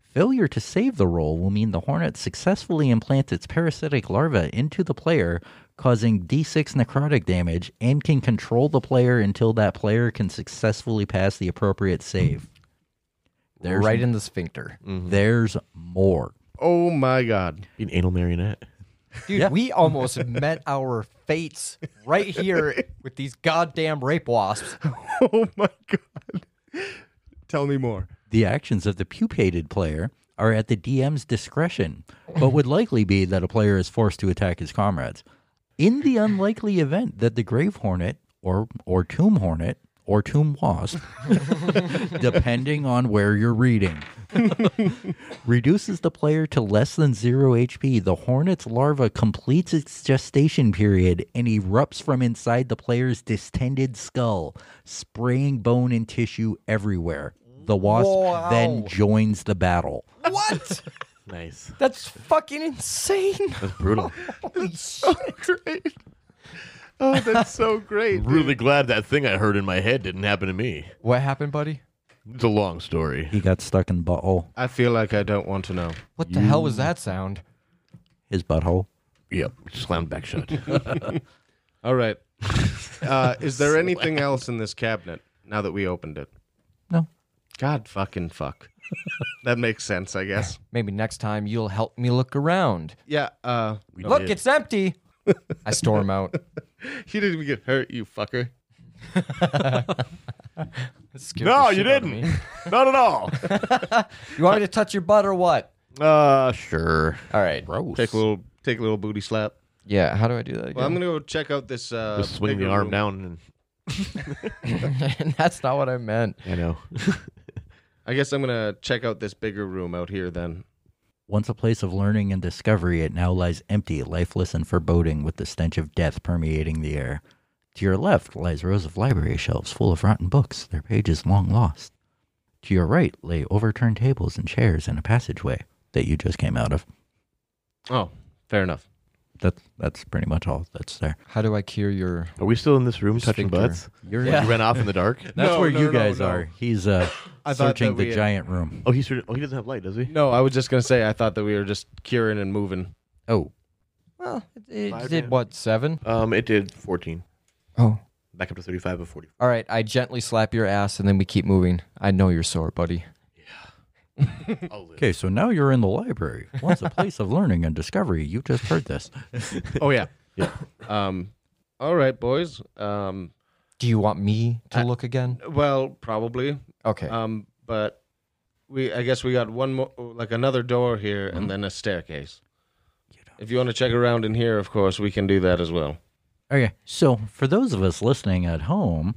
Speaker 2: Failure to save the roll will mean the Hornet successfully implants its parasitic larva into the player, causing d6 necrotic damage, and can control the player until that player can successfully pass the appropriate save.
Speaker 4: They're right in the sphincter.
Speaker 2: There's more.
Speaker 1: Oh my god. <laughs>
Speaker 3: Be an anal marionette.
Speaker 4: Dude, we almost met our fates right here with these goddamn rape wasps.
Speaker 1: Oh my god. Tell me more.
Speaker 2: The actions of the pupated player are at the DM's discretion, but would likely be that a player is forced to attack his comrades. In the unlikely event that the Grave Hornet or or Tomb Hornet or Tomb Wasp, depending on where you're reading, <laughs> reduces the player to less than zero HP, the Hornet's larva completes its gestation period and erupts from inside the player's distended skull, spraying bone and tissue everywhere. The wasp then joins the battle.
Speaker 4: What?
Speaker 3: Nice.
Speaker 4: That's fucking insane.
Speaker 3: That's brutal.
Speaker 1: Great. Oh, that's so great. dude.
Speaker 3: really glad that thing I heard in my head didn't happen to me.
Speaker 4: What happened, buddy?
Speaker 3: It's a long story.
Speaker 2: He got stuck in the butthole,
Speaker 1: I feel like I don't want to know.
Speaker 4: What the hell was that sound?
Speaker 2: his butthole.
Speaker 3: Yep. Slammed back
Speaker 4: <laughs>
Speaker 3: shut.
Speaker 1: All right. Uh, is <laughs> there anything else in this cabinet now that we opened it?
Speaker 2: No.
Speaker 1: God fucking fuck. that makes sense, I <laughs> guess.
Speaker 4: Maybe next time you'll help me look around.
Speaker 1: Yeah. Uh,
Speaker 3: We
Speaker 4: Look,
Speaker 3: did.
Speaker 4: it's empty. I storm out.
Speaker 1: he didn't even get hurt, you fucker.
Speaker 4: Scared
Speaker 3: No,
Speaker 4: the
Speaker 3: you
Speaker 4: shit out of
Speaker 3: didn't.
Speaker 4: me.
Speaker 3: Not at
Speaker 4: <laughs>
Speaker 3: all.
Speaker 4: You want me to touch your butt or what?
Speaker 3: Uh sure.
Speaker 4: All right.
Speaker 1: Take a little, take a little booty slap.
Speaker 4: Yeah, how do I do that again?
Speaker 1: Well, I'm gonna go check out this. Uh,
Speaker 3: Just swing the
Speaker 1: bigger room.
Speaker 3: arm down and
Speaker 4: <laughs> That's not what I meant.
Speaker 3: I know.
Speaker 1: <laughs> I guess I'm gonna check out this bigger room out here then.
Speaker 2: Once a place of learning and discovery, it now lies empty, lifeless, and foreboding, with the stench of death permeating the air. To your left lies rows of library shelves full of rotten books, their pages long lost. To your right lay overturned tables and chairs in a passageway that you just came out of.
Speaker 1: Oh, fair enough.
Speaker 2: That that's pretty much all that's there.
Speaker 4: How do I cure your?
Speaker 3: Are we still in this room touching
Speaker 4: sphincter?
Speaker 3: butts?
Speaker 2: You're
Speaker 3: You ran off in the dark. <laughs>
Speaker 2: That's
Speaker 1: No,
Speaker 2: where
Speaker 1: no,
Speaker 2: you
Speaker 1: no,
Speaker 2: guys
Speaker 1: no.
Speaker 2: are. He's uh,
Speaker 1: I thought
Speaker 2: searching
Speaker 1: that
Speaker 2: the
Speaker 1: we had-
Speaker 2: giant room.
Speaker 3: Oh, he's sure- oh he doesn't have light, does he?
Speaker 1: No, I was just gonna say I thought that we were just curing and <laughs> moving.
Speaker 2: Oh,
Speaker 4: Well, it,
Speaker 3: Five
Speaker 4: it
Speaker 3: minutes.
Speaker 4: did what seven?
Speaker 3: Um, it did fourteen.
Speaker 4: Oh,
Speaker 3: Back up to thirty-five or forty.
Speaker 4: all right. I gently slap your ass, and then we keep moving. I know you're sore, buddy.
Speaker 3: I'll live.
Speaker 2: okay. So now you're in the library.
Speaker 1: <laughs>
Speaker 2: Once a place of learning and discovery. You just heard this.
Speaker 1: Oh yeah. yeah. <laughs> Um all right, boys. Um
Speaker 4: Do you want me to
Speaker 1: I-
Speaker 4: look again?
Speaker 1: well, probably.
Speaker 4: Okay. <laughs>
Speaker 1: Um but we I guess we got one more like another door here
Speaker 3: Mm-hmm.
Speaker 1: and then a staircase. If you want to check around in here, of course, we can do that as well.
Speaker 2: Okay. So for those of us listening at home,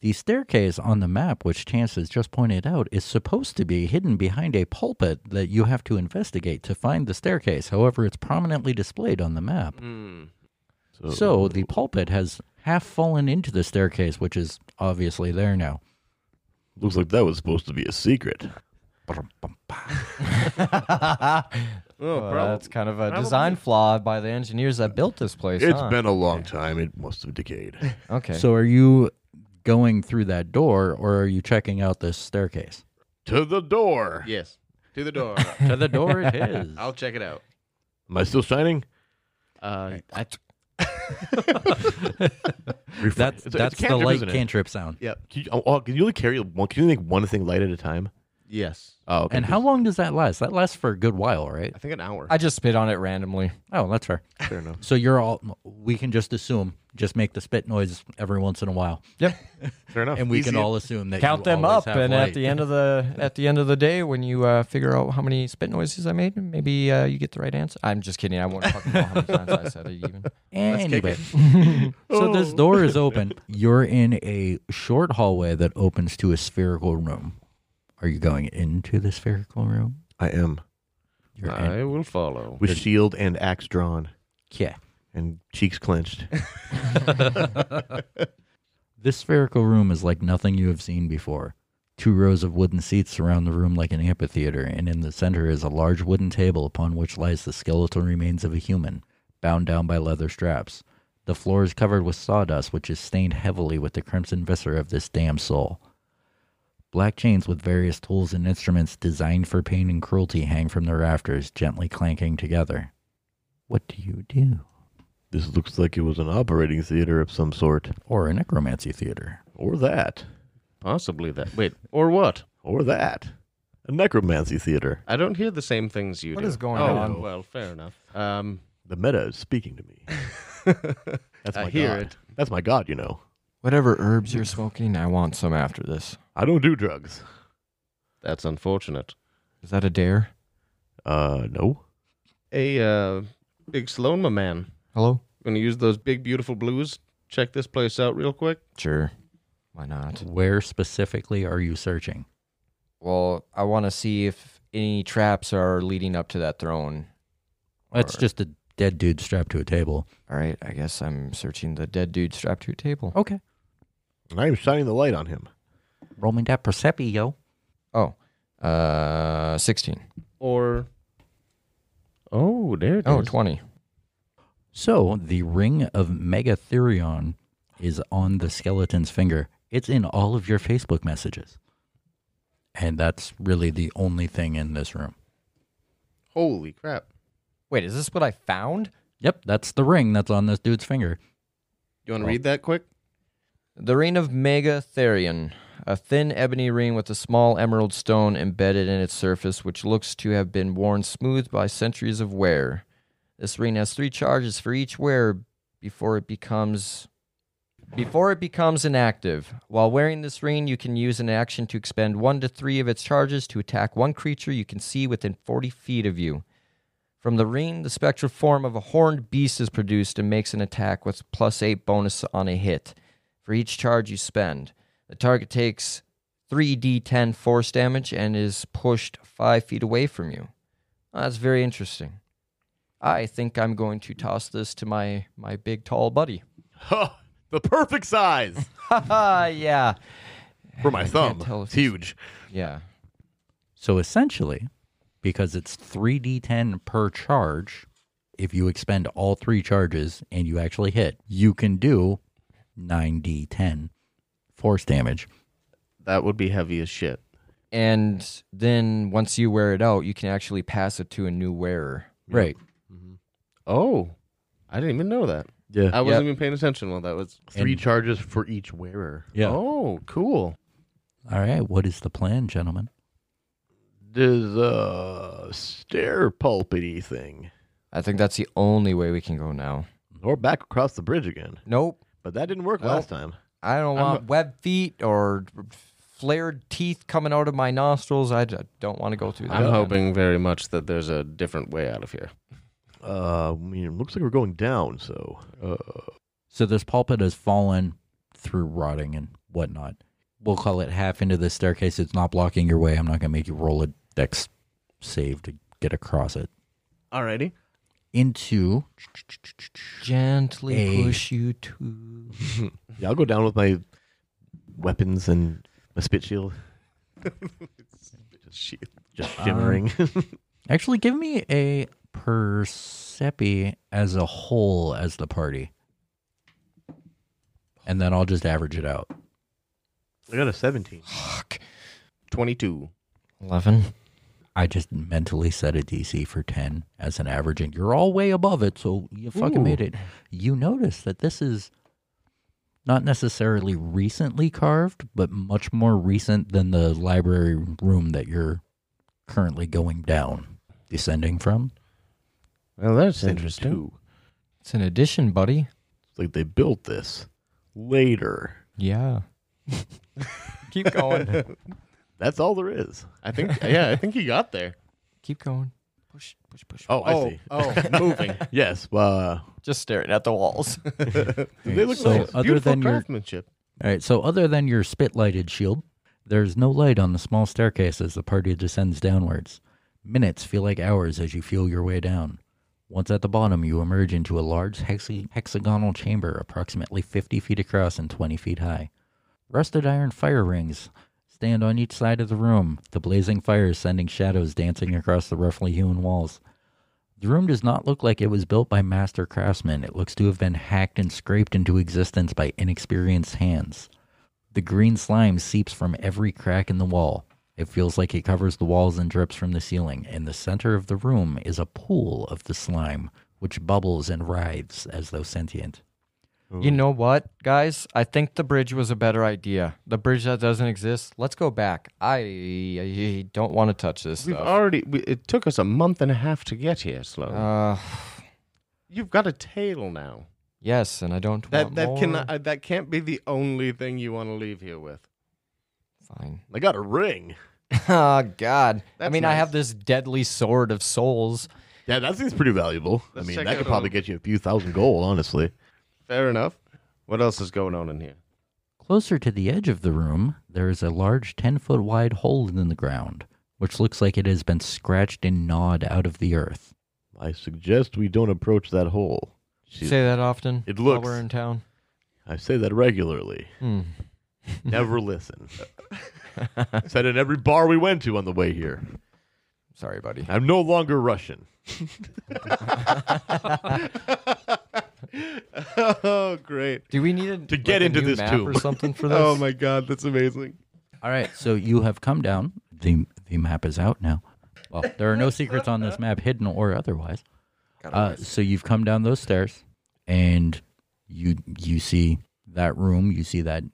Speaker 2: the staircase on the map, which Chance has just pointed out, is supposed to be hidden behind a pulpit that you have to investigate to find the staircase. However, it's prominently displayed on the map. So the pulpit has half fallen into the staircase, which is obviously there now.
Speaker 3: looks like that was supposed to be a secret.
Speaker 1: Oh,
Speaker 2: Uh,
Speaker 4: Well, that's kind of a design flaw by the engineers that built this place.
Speaker 3: It's
Speaker 4: huh?
Speaker 3: been a long time. It must have decayed. <laughs>
Speaker 4: okay.
Speaker 2: So are you going through that door or are you checking out this staircase?
Speaker 3: to the door.
Speaker 1: Yes. To the door.
Speaker 2: <laughs> To the door it is.
Speaker 1: <laughs> I'll check it out.
Speaker 3: Am I still shining?
Speaker 1: Uh
Speaker 3: Refra-
Speaker 2: That's
Speaker 3: It's a-
Speaker 2: that's
Speaker 3: it's a
Speaker 2: the
Speaker 3: cantrip,
Speaker 2: light
Speaker 3: isn't it?
Speaker 2: cantrip sound.
Speaker 3: Can you, oh, oh, can you only carry one? Can you only make one thing light at a time?
Speaker 1: yes.
Speaker 3: Oh, okay.
Speaker 2: And how long does that last? That lasts for a good while, right?
Speaker 1: I think an hour.
Speaker 4: I just spit on it randomly.
Speaker 2: Oh, that's fair. <laughs>
Speaker 3: Fair enough.
Speaker 2: So you're all we can just assume, just make the spit noise every once in a while.
Speaker 4: <laughs> Yep.
Speaker 3: Fair enough.
Speaker 2: And we can
Speaker 3: Oh, Easy-
Speaker 2: all assume that
Speaker 4: Count
Speaker 2: you
Speaker 4: them
Speaker 2: always
Speaker 4: up,
Speaker 2: have
Speaker 4: and
Speaker 2: light.
Speaker 4: at the end of the at the end of the day, when you uh, figure out how many spit noises I made, maybe uh, you get the right answer. I'm just kidding. I won't fucking know how many times I said it even.
Speaker 2: Anyway,
Speaker 4: <laughs>
Speaker 2: so this door is open. You're in a short hallway that opens to a spherical room. Are you going into the spherical room?
Speaker 3: I am
Speaker 2: You're in.
Speaker 1: I will follow.
Speaker 3: with shield and axe drawn
Speaker 2: Yeah.
Speaker 3: and
Speaker 1: <laughs>
Speaker 3: cheeks clenched.
Speaker 2: This spherical room is like nothing you have seen before. Two rows of wooden seats surround the room like an amphitheater, and in the center is a large wooden table upon which lies the skeletal remains of a human, bound down by leather straps. The floor is covered with sawdust, which is stained heavily with the crimson viscera of this damned soul. Black chains with various tools and instruments designed for pain and cruelty hang from the rafters, gently clanking together. What do you do?
Speaker 3: this looks like it was an operating theater of some sort,
Speaker 2: Or a necromancy theater.
Speaker 3: or that,
Speaker 1: Possibly that. Wait, or what?
Speaker 3: or that. A necromancy theater.
Speaker 1: I don't hear the same things you
Speaker 4: What
Speaker 1: do.
Speaker 4: is going
Speaker 1: oh,
Speaker 4: on?
Speaker 1: Well, fair enough. Um,
Speaker 3: The meta is speaking to me. That's my
Speaker 1: I hear
Speaker 3: god.
Speaker 1: it.
Speaker 3: That's my god. You know,
Speaker 4: <laughs> Whatever herbs you're smoking, I want some after this.
Speaker 3: I don't do drugs.
Speaker 1: That's unfortunate.
Speaker 4: Is that a dare?
Speaker 3: Uh, no.
Speaker 1: A uh, big Sloanma man.
Speaker 4: Hello.
Speaker 1: Gonna use those big beautiful blues. Check this place out real quick.
Speaker 4: Sure. Why not?
Speaker 2: Where specifically are you searching?
Speaker 4: Well, I want to see if any traps are leading up to that throne.
Speaker 2: That's
Speaker 4: Or-
Speaker 2: just a dead dude strapped to a table.
Speaker 4: All right. I guess I'm searching the dead dude strapped to a
Speaker 1: Oh.
Speaker 4: table.
Speaker 2: Okay.
Speaker 3: And I am shining the light on him.
Speaker 2: Roll me that Persepi, yo.
Speaker 4: Oh, uh, 16.
Speaker 1: Or oh, there it
Speaker 4: Oh,
Speaker 1: is.
Speaker 4: 20.
Speaker 2: So the ring of Megatherion is on the skeleton's finger. It's in all of your Facebook messages. And that's really the only thing in this room.
Speaker 1: Holy crap!
Speaker 4: Wait, is this what I found?
Speaker 2: Yep, that's the ring that's on this dude's finger.
Speaker 1: You want to read that quick?
Speaker 4: The ring of Megatherion, a thin ebony ring with a small emerald stone embedded in its surface, which looks to have been worn smooth by centuries of wear. This ring has three charges for each wearer before it becomes before it becomes inactive. While wearing this ring, you can use an action to expend one to three of its charges to attack one creature you can see within forty feet of you. From the ring, the spectral form of a horned beast is produced and makes an attack with plus eight bonus on a hit. For each charge you spend, the target takes 3d10 force damage and is pushed five feet away from you. Well, that's very interesting. I think I'm going to toss this to my my big tall buddy. <laughs>
Speaker 3: Ha! <laughs> the
Speaker 1: <laughs>
Speaker 3: perfect size
Speaker 4: Haha, yeah,
Speaker 3: for my thumb.
Speaker 4: tell if
Speaker 3: It's huge.
Speaker 4: yeah.
Speaker 2: So essentially, because it's 3d10 per charge, If you expend all three charges and you actually hit, you can do 9d10 force damage.
Speaker 5: That would be heavy as shit.
Speaker 4: And then once you wear it out, you can actually pass it to a new wearer.
Speaker 2: Right.
Speaker 5: Oh, I didn't even know that.
Speaker 3: Yeah.
Speaker 5: I wasn't even paying attention while that was.
Speaker 3: Uh, Three charges for each wearer.
Speaker 2: Yeah.
Speaker 5: Oh, cool.
Speaker 2: All right. What is the plan, gentlemen?
Speaker 3: Does uh stair pulpity thing.
Speaker 4: I think that's the only way we can go now.
Speaker 3: Or back across the bridge again.
Speaker 4: Nope.
Speaker 3: But that didn't work last time.
Speaker 4: I don't want web feet or flared teeth coming out of my nostrils. I d- don't want to go through that.
Speaker 5: I'm hoping very much that there's a different way out of here.
Speaker 3: Uh I mean, it looks like we're going down, so uh
Speaker 2: So this pulpit has fallen through rotting and whatnot. We'll call it half into the staircase. It's not blocking your way. I'm not going to make you roll a dex save to get across it.
Speaker 5: Alrighty.
Speaker 2: Into
Speaker 4: Gently
Speaker 2: Hey.
Speaker 4: push you to.
Speaker 3: yeah, I'll go down with my weapons and my spit shield. Just shimmering.
Speaker 2: actually give me a percepi as a whole as the party, and then I'll just average it out.
Speaker 3: <laughs> I got a seventeen.
Speaker 5: 22.
Speaker 4: 11.
Speaker 2: I just mentally set a DC for 10 as an average, and you're all way above it, so you fucking made it. You notice that this is not necessarily recently carved, but much more recent than the library room that you're currently going down, descending from.
Speaker 5: Well, that's
Speaker 3: Two.
Speaker 4: It's an addition, buddy.
Speaker 3: It's like they built this later.
Speaker 5: <laughs>
Speaker 4: Yeah. Keep going.
Speaker 3: That's all there is.
Speaker 5: I think, yeah, I think he got there.
Speaker 4: <laughs> Keep going. Push, push, push.
Speaker 3: Oh, I see.
Speaker 5: <laughs>
Speaker 1: uh,
Speaker 5: oh, <laughs> moving.
Speaker 3: Yes. Uh,
Speaker 4: Just staring at the
Speaker 5: <laughs>
Speaker 4: walls.
Speaker 5: they look
Speaker 2: So,
Speaker 5: nice.
Speaker 2: other
Speaker 5: Beautiful
Speaker 2: than your-
Speaker 5: craftsmanship.
Speaker 2: All right, so other than your spit lighted shield, there's no light on the small staircase as the party descends downwards. Minutes feel like hours as you feel your way down. Once at the bottom, you emerge into a large hexi- hexagonal chamber approximately 50 feet across and 20 feet high. Rusted iron fire rings stand on each side of the room, the blazing fires sending shadows dancing across the roughly hewn walls. The room does not look like it was built by master craftsmen. It looks to have been hacked and scraped into existence by inexperienced hands. The green slime seeps from every crack in the wall. It feels like it covers the walls and drips from the ceiling. In the center of the room is a pool of the slime, which bubbles and writhes as though sentient.
Speaker 4: You know what, guys? I think the bridge was a better idea. The bridge that doesn't exist. Let's go back. I, I don't want to touch this
Speaker 5: We've
Speaker 4: stuff.
Speaker 5: already, we, it took us a month and a half to get here, Sloan.
Speaker 4: Uh,
Speaker 5: You've got a tail now.
Speaker 4: yes, and I don't
Speaker 5: That
Speaker 4: want
Speaker 5: that
Speaker 4: more.
Speaker 5: can uh, that can't be the only thing you want to leave here with.
Speaker 4: Fine.
Speaker 3: I got a ring.
Speaker 4: <laughs> Oh God! I
Speaker 5: That's
Speaker 4: mean, I
Speaker 5: nice.
Speaker 4: have this deadly sword of souls.
Speaker 3: Yeah, that seems pretty valuable.
Speaker 5: Let's
Speaker 3: I mean,
Speaker 5: check
Speaker 3: that
Speaker 5: out
Speaker 3: could probably
Speaker 5: on-
Speaker 3: get you a few thousand gold, honestly.
Speaker 5: Fair enough. What else is going on in here?
Speaker 2: Closer to the edge of the room, there is a large 10 foot wide hole in the ground, which looks like it has been scratched and gnawed out of the earth.
Speaker 3: I suggest we don't approach that hole. She-
Speaker 4: Say that often.
Speaker 3: It
Speaker 4: while
Speaker 3: looks-
Speaker 4: we're in town.
Speaker 3: I say that regularly.
Speaker 4: Hmm. <laughs>
Speaker 3: Never listen. Said in every bar we went to on the way here.
Speaker 4: Sorry, buddy.
Speaker 3: I'm no longer
Speaker 4: <laughs>
Speaker 3: Russian. <laughs>
Speaker 5: oh, great!
Speaker 4: Do we need a,
Speaker 3: To get
Speaker 4: like, a
Speaker 3: into
Speaker 4: new
Speaker 3: this
Speaker 4: map
Speaker 3: tomb. <laughs>
Speaker 4: or something for this?
Speaker 5: Oh my God, that's amazing.
Speaker 2: All right, so you have come down. The the map is out now. Well, there are no secrets on this map, hidden or otherwise. Uh, so you've come down those stairs, and you you see that room. You see that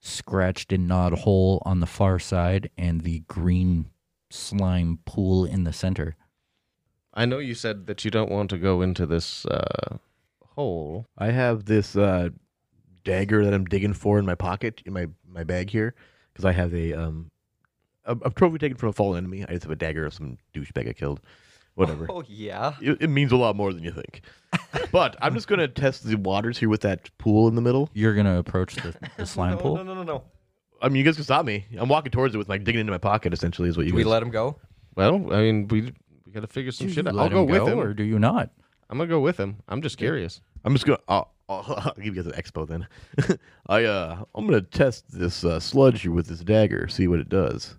Speaker 2: scratched and gnawed hole on the far side, and the green slime pool in the center.
Speaker 5: I know you said that you don't want to go into this uh, hole.
Speaker 3: I have this uh, dagger that I'm digging for in my pocket, in my, my bag here, because I have a um a, a trophy taken from a fallen enemy. I just have a dagger of some douchebag I killed. Whatever.
Speaker 4: Oh yeah.
Speaker 3: It, it means a lot more than you think. but I'm just gonna test the waters here with that pool in the middle.
Speaker 2: You're gonna approach the,
Speaker 5: <laughs>
Speaker 2: the slime pool.
Speaker 5: Oh, no, no, no.
Speaker 3: I mean, you guys can stop me. I'm walking towards it with like digging into my pocket. Essentially, is what you
Speaker 4: Do we
Speaker 3: guys-
Speaker 4: let him go?
Speaker 5: Well, I mean, we we got to figure some
Speaker 2: Do
Speaker 5: shit
Speaker 2: you
Speaker 5: out. I'll
Speaker 2: let
Speaker 5: go with him.
Speaker 2: or do you not?
Speaker 5: I'm gonna go with him. I'm just curious.
Speaker 3: I'm just gonna. I'll, I'll, <laughs> I'll give you guys an expo then. <laughs> I uh, I'm gonna test this uh, sludge here with this dagger. See what it does.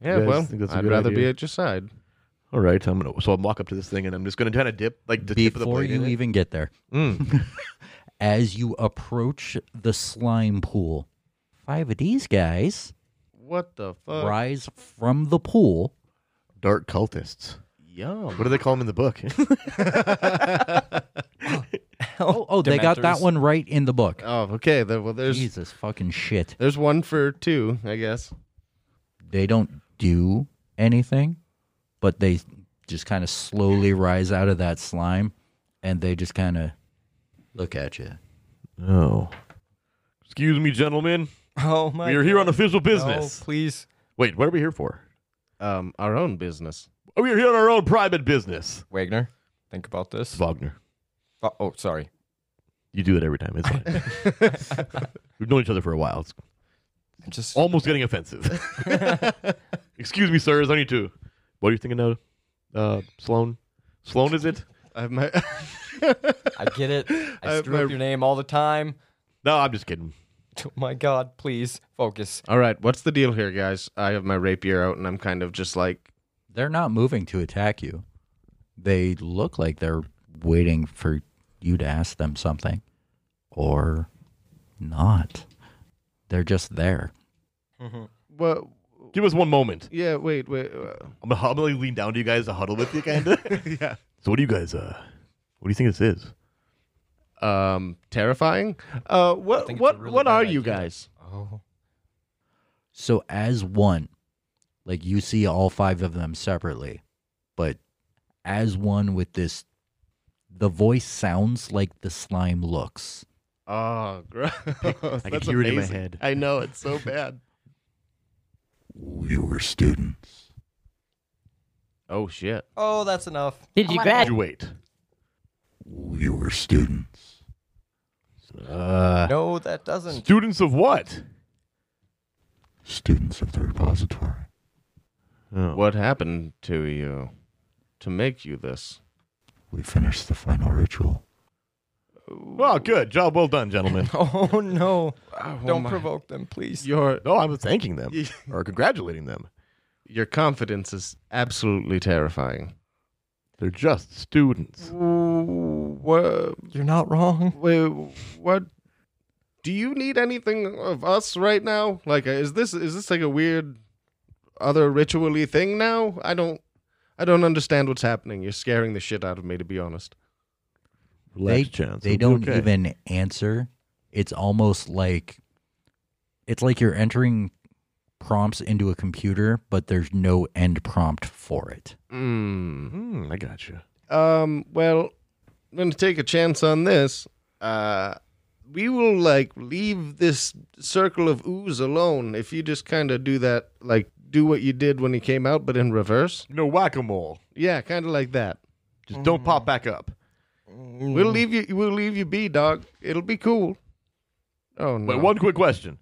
Speaker 5: Yeah,
Speaker 3: You guys
Speaker 5: well,
Speaker 3: think that's a
Speaker 5: I'd
Speaker 3: good
Speaker 5: rather
Speaker 3: idea?
Speaker 5: be at your side.
Speaker 3: all right, I'm gonna. So I'm walk up to this thing and I'm just gonna kind of dip like the tip of the
Speaker 2: Before
Speaker 3: blade in
Speaker 2: you
Speaker 3: it.
Speaker 2: even get there,
Speaker 3: Mm.
Speaker 2: <laughs> as you approach the slime pool, five of these guys
Speaker 1: What the
Speaker 3: Uh,
Speaker 1: fuck?
Speaker 2: rise from the pool.
Speaker 3: Dark cultists.
Speaker 1: Yum.
Speaker 3: What do they call them in the
Speaker 4: <laughs>
Speaker 3: book?
Speaker 2: Oh, oh they got that
Speaker 4: Dementors.
Speaker 2: one right in the book.
Speaker 3: Uh,
Speaker 1: Oh, okay. Then, well, there's
Speaker 2: Jesus fucking shit.
Speaker 1: there's one for two, I guess.
Speaker 2: They don't do anything, but they just kind of slowly rise out of that slime and they just kind of look at you.
Speaker 3: oh. Excuse me, gentlemen.
Speaker 4: Oh my!
Speaker 3: We are here on official
Speaker 4: God. No,
Speaker 3: business.
Speaker 4: please.
Speaker 3: Wait, what are we here for?
Speaker 1: Um, our own business.
Speaker 3: Oh, we are here on our own private business.
Speaker 4: Wagner, think about this.
Speaker 3: Wagner.
Speaker 4: Oh, oh, sorry.
Speaker 3: You do it every time. It's fine. <laughs> We've known each other for a while. It's
Speaker 4: I'm just
Speaker 3: almost getting
Speaker 4: <laughs>
Speaker 3: offensive. Excuse me, sirs. I need to. What are you thinking of, uh, Sloan? Sloan, is it?
Speaker 1: I have my <laughs>
Speaker 4: I
Speaker 3: <laughs>
Speaker 4: get it. I
Speaker 1: I-
Speaker 4: screw up
Speaker 1: my-
Speaker 4: your name all the time. <laughs>
Speaker 3: No, I'm just kidding.
Speaker 4: Oh my God! Please focus.
Speaker 1: All right, what's the deal here, guys? I have my rapier out and I'm kind of just like
Speaker 2: They're not moving to attack you. They look like they're waiting for you to ask them something or not. They're just there.
Speaker 1: what
Speaker 3: Give us one moment.
Speaker 1: yeah, wait, wait. uh,
Speaker 3: <laughs> I'm gonna, I'm gonna lean down to you guys to huddle with you, kinda.
Speaker 1: Yeah.
Speaker 3: So, what do you guys? Uh, what do you think this is?
Speaker 1: Um terrifying? Uh what
Speaker 4: think it's a
Speaker 1: what
Speaker 4: really
Speaker 1: what
Speaker 4: bad
Speaker 1: are you
Speaker 4: idea.
Speaker 1: guys?
Speaker 4: Oh,
Speaker 2: So as one, like you see all five of them separately, but as one with this, the voice sounds like the slime looks.
Speaker 1: Oh, <laughs> gross.
Speaker 3: I can
Speaker 1: That's
Speaker 3: hear it in my
Speaker 1: amazing.
Speaker 3: head.
Speaker 1: I know it's so bad.
Speaker 2: We were students.
Speaker 1: Oh shit.
Speaker 4: oh, that's enough.
Speaker 6: Did you grad?
Speaker 3: Graduate.
Speaker 2: We were students.
Speaker 3: Uh,
Speaker 4: No, that doesn't. <laughs>
Speaker 3: students of what?
Speaker 2: Students of the repository.
Speaker 3: Oh.
Speaker 1: What happened to you to make you this?
Speaker 2: We finished the final ritual.
Speaker 3: Well, good job, well done, gentlemen. <laughs>
Speaker 4: Oh no!
Speaker 1: Oh,
Speaker 4: Don't
Speaker 1: my-
Speaker 4: provoke them, please.
Speaker 1: Your
Speaker 3: no, I'm Oh,
Speaker 2: <laughs>
Speaker 3: thanking them or congratulating them.
Speaker 1: your confidence is absolutely terrifying.
Speaker 3: They're just students.
Speaker 1: What
Speaker 4: You're
Speaker 3: <laughs>
Speaker 4: not wrong.
Speaker 1: Wait, what? Do you need anything of us right now? Like, is this is this like a weird, other ritually thing now? I don't, I don't understand what's happening. You're scaring the shit out of me, to be honest.
Speaker 3: Relax,
Speaker 2: they,
Speaker 3: John. It'll
Speaker 2: They
Speaker 3: be
Speaker 2: don't
Speaker 3: okay.
Speaker 2: even answer. It's almost like it's like you're entering prompts into a computer, but there's no end prompt for it.
Speaker 1: Hmm.
Speaker 2: Mm-hmm.
Speaker 3: Hmm, I got you.
Speaker 1: Um. Well, I'm gonna take a chance on this. Uh, we will like leave this circle of ooze alone if you just kind of do that, like do what you did when he came out, but in reverse.
Speaker 3: No whack a mole.
Speaker 1: Yeah, kind of like that.
Speaker 3: Just don't
Speaker 2: Mm-hmm.
Speaker 3: pop back up.
Speaker 1: We'll leave you. We'll leave you be, dog. It'll be cool. Oh no!
Speaker 3: Wait, one quick question: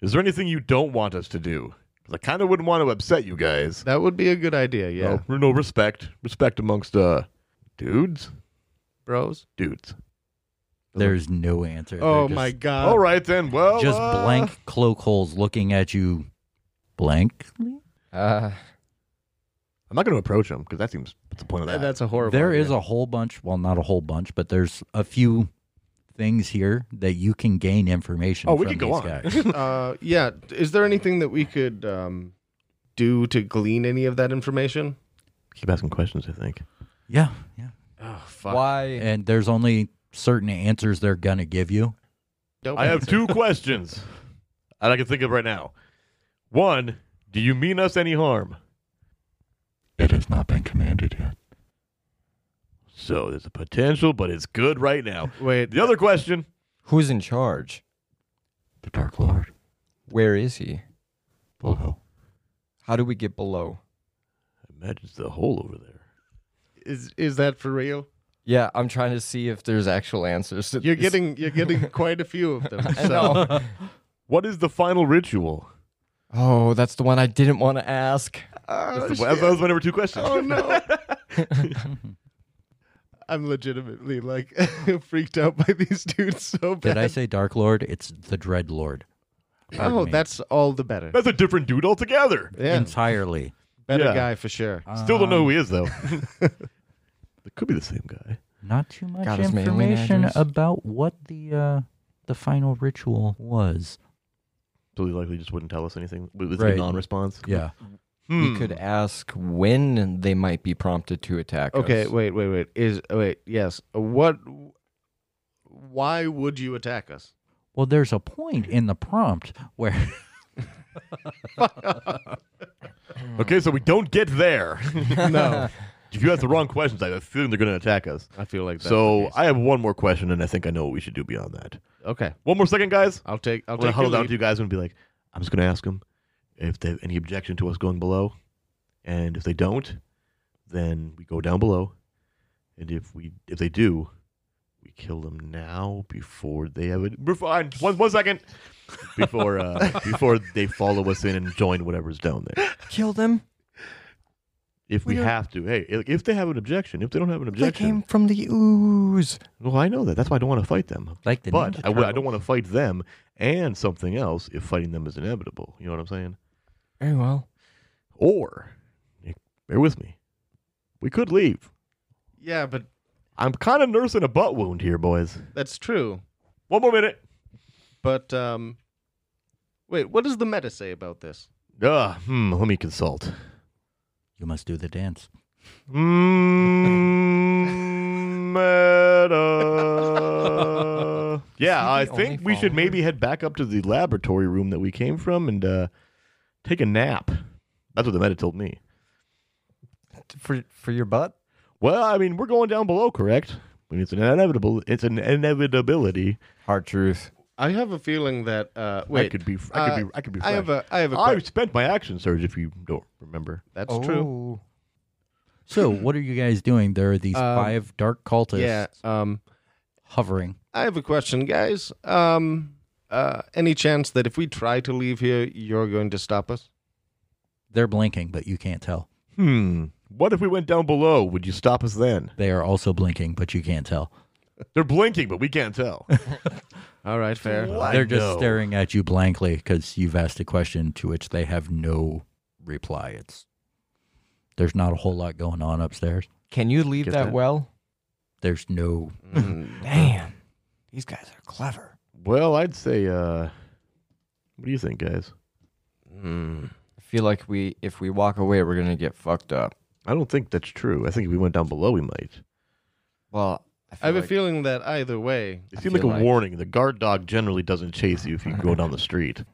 Speaker 3: Is there anything you don't want us to do? 'Cause I kind of wouldn't want to upset you guys.
Speaker 1: That would be a good idea. Yeah,
Speaker 3: No, no respect, respect amongst uh, dudes,
Speaker 1: bros.
Speaker 3: dudes.
Speaker 2: There's no answer. They're
Speaker 1: Oh
Speaker 2: just-
Speaker 1: my god!
Speaker 3: All right then. Well,
Speaker 2: Uh, just
Speaker 3: uh,
Speaker 2: blank cloak holes looking at you blank
Speaker 4: Uh,
Speaker 3: I'm not going to approach him because that seems. What's the point of
Speaker 1: That-
Speaker 3: that?
Speaker 1: that's a horrible.
Speaker 2: there is a whole bunch well not a whole bunch but there's a few things here that you can gain information
Speaker 3: Oh, we
Speaker 2: from
Speaker 3: can go
Speaker 2: these
Speaker 3: on.
Speaker 2: guys. <laughs>
Speaker 3: <laughs>
Speaker 1: a. Uh, yeah. Is there anything that we could um, do to glean any of that information?
Speaker 3: Keep asking questions. I think.
Speaker 2: yeah yeah
Speaker 1: Oh fuck!
Speaker 4: why?
Speaker 2: and there's only certain answers they're gonna give you
Speaker 1: Don't
Speaker 3: I have
Speaker 1: answer.
Speaker 3: two questions that I can think of right now. One, do you mean us any harm?
Speaker 2: it has not been commanded yet
Speaker 3: So there's a potential, but it's good right now.
Speaker 1: Wait.
Speaker 3: The other question.
Speaker 4: Who's in charge?
Speaker 2: the dark lord
Speaker 4: Where is he?
Speaker 2: will help
Speaker 4: How do we get below?
Speaker 3: I imagine it's the hole over there.
Speaker 1: Is is that for real?
Speaker 4: Yeah, I'm trying to see if there's actual answers. to
Speaker 1: You're
Speaker 4: this.
Speaker 1: getting you're getting <laughs> quite a few of them.
Speaker 3: <laughs>
Speaker 4: I know.
Speaker 3: What is the final ritual?
Speaker 4: oh, that's the one I didn't want to ask.
Speaker 1: Oh,
Speaker 3: That's the-
Speaker 1: <laughs>
Speaker 3: that was my number two question. <laughs>
Speaker 1: Oh no. I'm legitimately like <laughs> freaked out by these dudes so bad.
Speaker 2: did i say dark lord it's the dread lord Pardon
Speaker 1: oh,
Speaker 2: me.
Speaker 1: that's all the better.
Speaker 3: That's a different dude altogether.
Speaker 1: Yeah.
Speaker 2: entirely
Speaker 1: Better
Speaker 3: Yeah.
Speaker 1: guy for sure.
Speaker 3: Still don't know
Speaker 2: Um,
Speaker 3: who he is though. it could be the same guy.
Speaker 2: Not too much
Speaker 4: Got his mailing
Speaker 2: information
Speaker 4: address.
Speaker 2: about what the uh, the final ritual was.
Speaker 3: So he likely just wouldn't tell us anything. It was
Speaker 2: Right.
Speaker 3: a non-response. Hmm.
Speaker 2: Yeah,
Speaker 4: We could ask when they might be prompted to attack
Speaker 1: Okay,
Speaker 4: us.
Speaker 1: wait, wait, wait. Is oh, wait, yes. What? Why would you attack
Speaker 3: <laughs>
Speaker 1: us?
Speaker 2: Well, there's a point in the prompt where <laughs>
Speaker 3: Okay, so we don't get there. <laughs>
Speaker 1: No,
Speaker 3: if you ask the wrong questions, I have a feeling they're going to attack us.
Speaker 1: I feel like that's
Speaker 3: So
Speaker 1: the case.
Speaker 3: I have one more question, and I think I know what we should do beyond that.
Speaker 1: okay,
Speaker 3: One more second, guys.
Speaker 1: I'll take. I'll take
Speaker 3: I'm going to
Speaker 1: your
Speaker 3: huddle down
Speaker 1: lead.
Speaker 3: to you guys and be like, I'm just going to ask them if they have any objection to us going below. And if they don't, then we go down below. And if we if they do, we kill them now before they have it. We're fine. One one second
Speaker 1: <laughs>
Speaker 3: before uh, before they follow us in and join whatever's down there.
Speaker 4: Kill them.
Speaker 3: If we,
Speaker 4: We are-
Speaker 3: have to, hey, if if they have an objection, if they don't have an objection,
Speaker 4: They came from the ooze.
Speaker 3: well, I know that. That's why I don't want to fight them.
Speaker 2: like the
Speaker 3: But
Speaker 2: Ninja
Speaker 3: I, would- I
Speaker 2: Turtles.
Speaker 3: don't want to fight them and something else if fighting them is inevitable. You know what I'm saying?
Speaker 4: Very well.
Speaker 3: Or, eh, bear with me, we could leave.
Speaker 1: Yeah, but
Speaker 3: I'm kind of nursing a butt wound here, boys.
Speaker 1: that's true.
Speaker 3: One more minute.
Speaker 1: But um, wait, what does the meta say about this?
Speaker 3: Uh, hmm, let me consult.
Speaker 2: You must do the dance.
Speaker 3: Mm, <laughs>
Speaker 4: <laughs>
Speaker 3: meta. yeah, I
Speaker 4: Is he the
Speaker 3: think
Speaker 4: only
Speaker 3: we should
Speaker 4: follower?
Speaker 3: maybe head back up to the laboratory room that we came from and uh, take a nap. That's what the meta told me.
Speaker 4: For for your butt?
Speaker 3: Well, I mean, we're going down below, correct? I mean, it's an inevitable. It's an inevitability.
Speaker 4: Hard truth.
Speaker 1: I have a feeling that uh, wait,
Speaker 3: I could be. I could
Speaker 1: uh,
Speaker 3: be. I could be.
Speaker 1: I have a. I have a.
Speaker 3: I oh,
Speaker 1: que-
Speaker 3: spent my action surge. If you don't remember,
Speaker 1: that's true.
Speaker 4: Oh,
Speaker 2: So, what are you guys doing? There are these
Speaker 3: Uh,
Speaker 1: Um,
Speaker 2: five dark cultists
Speaker 1: Yeah. Um,
Speaker 2: hovering.
Speaker 1: I have a question, guys. Um, uh, any chance that if we try to leave here, you're going to stop us?
Speaker 2: They're blinking, but you can't tell.
Speaker 3: hmm. What if we went down below? Would you stop us <laughs> then?
Speaker 2: They are also blinking, but you can't tell.
Speaker 3: They're blinking, but we can't tell.
Speaker 1: All right, fair.
Speaker 3: What?
Speaker 2: They're just
Speaker 3: No.
Speaker 2: staring at you blankly because you've asked a question to which they have no reply. It's there's not a whole lot going on upstairs.
Speaker 4: Can you leave
Speaker 3: Get
Speaker 4: that,
Speaker 3: that?
Speaker 4: well?
Speaker 2: There's no
Speaker 1: Mm,
Speaker 4: Damn. These guys are clever.
Speaker 3: Well, I'd say. uh What do you think, guys?
Speaker 1: mm.
Speaker 4: I feel like we if we walk away we're gonna get fucked up.
Speaker 3: I don't think that's true. I think if we went down below, we might.
Speaker 4: Well, I feel
Speaker 1: I have a
Speaker 4: like-
Speaker 1: feeling that either way,
Speaker 3: It
Speaker 4: I
Speaker 3: seemed like a
Speaker 4: feel like-
Speaker 3: warning. The guard dog generally doesn't chase you if you go down the street.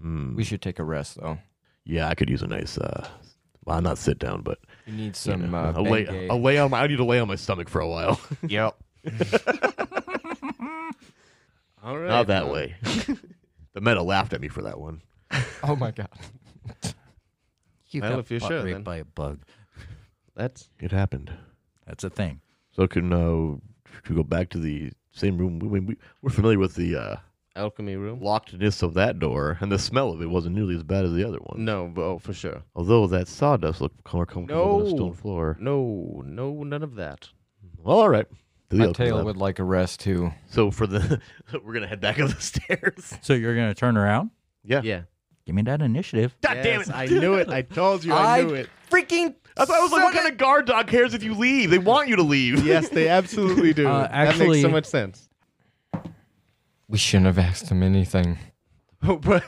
Speaker 3: Hmm.
Speaker 4: we should take a rest though.
Speaker 3: Yeah, I could use a nice. uh well, not sit down, but
Speaker 4: We need
Speaker 3: you
Speaker 4: some
Speaker 3: know,
Speaker 4: uh,
Speaker 3: I'll lay,
Speaker 4: Bengay.
Speaker 3: I'll lay on my. I need to lay on my stomach for a while.
Speaker 4: Yep.
Speaker 1: All right.
Speaker 3: <laughs> Not that way. <laughs> the meta laughed at me for that one.
Speaker 4: Oh my god.
Speaker 2: you
Speaker 1: Well, if you're
Speaker 2: butt
Speaker 1: sure,
Speaker 2: raped
Speaker 1: then.
Speaker 2: by a bug.
Speaker 1: That's
Speaker 3: It happened.
Speaker 2: That's a thing.
Speaker 3: So can uh, should we go back to the same room? We, we, we're familiar with the uh,
Speaker 1: alchemy room.
Speaker 3: lockedness of that door, and the smell of it wasn't nearly as bad as the other one.
Speaker 1: No, but- oh for sure.
Speaker 3: Although that sawdust looked more comfortable than a
Speaker 1: No.
Speaker 3: stone floor.
Speaker 1: No, no, none of that.
Speaker 3: Well, all right. To the
Speaker 4: My
Speaker 3: other
Speaker 4: tail
Speaker 3: lab.
Speaker 4: would like a rest too.
Speaker 3: So for the <laughs> we're gonna head back up the <laughs> stairs.
Speaker 2: So you're gonna turn around?
Speaker 3: Yeah.
Speaker 1: Yeah.
Speaker 2: Give me that initiative.
Speaker 3: God damn it!
Speaker 1: Yes, I knew it. I told you.
Speaker 3: <laughs>
Speaker 1: I, knew it.
Speaker 4: Freaking
Speaker 3: That's why I was like, what kind of guard dog cares if you leave? They want you to leave. <laughs>
Speaker 1: Yes, they absolutely do.
Speaker 2: Uh,
Speaker 1: that makes
Speaker 2: actually-
Speaker 1: so much sense.
Speaker 4: We shouldn't have asked him anything.
Speaker 1: But-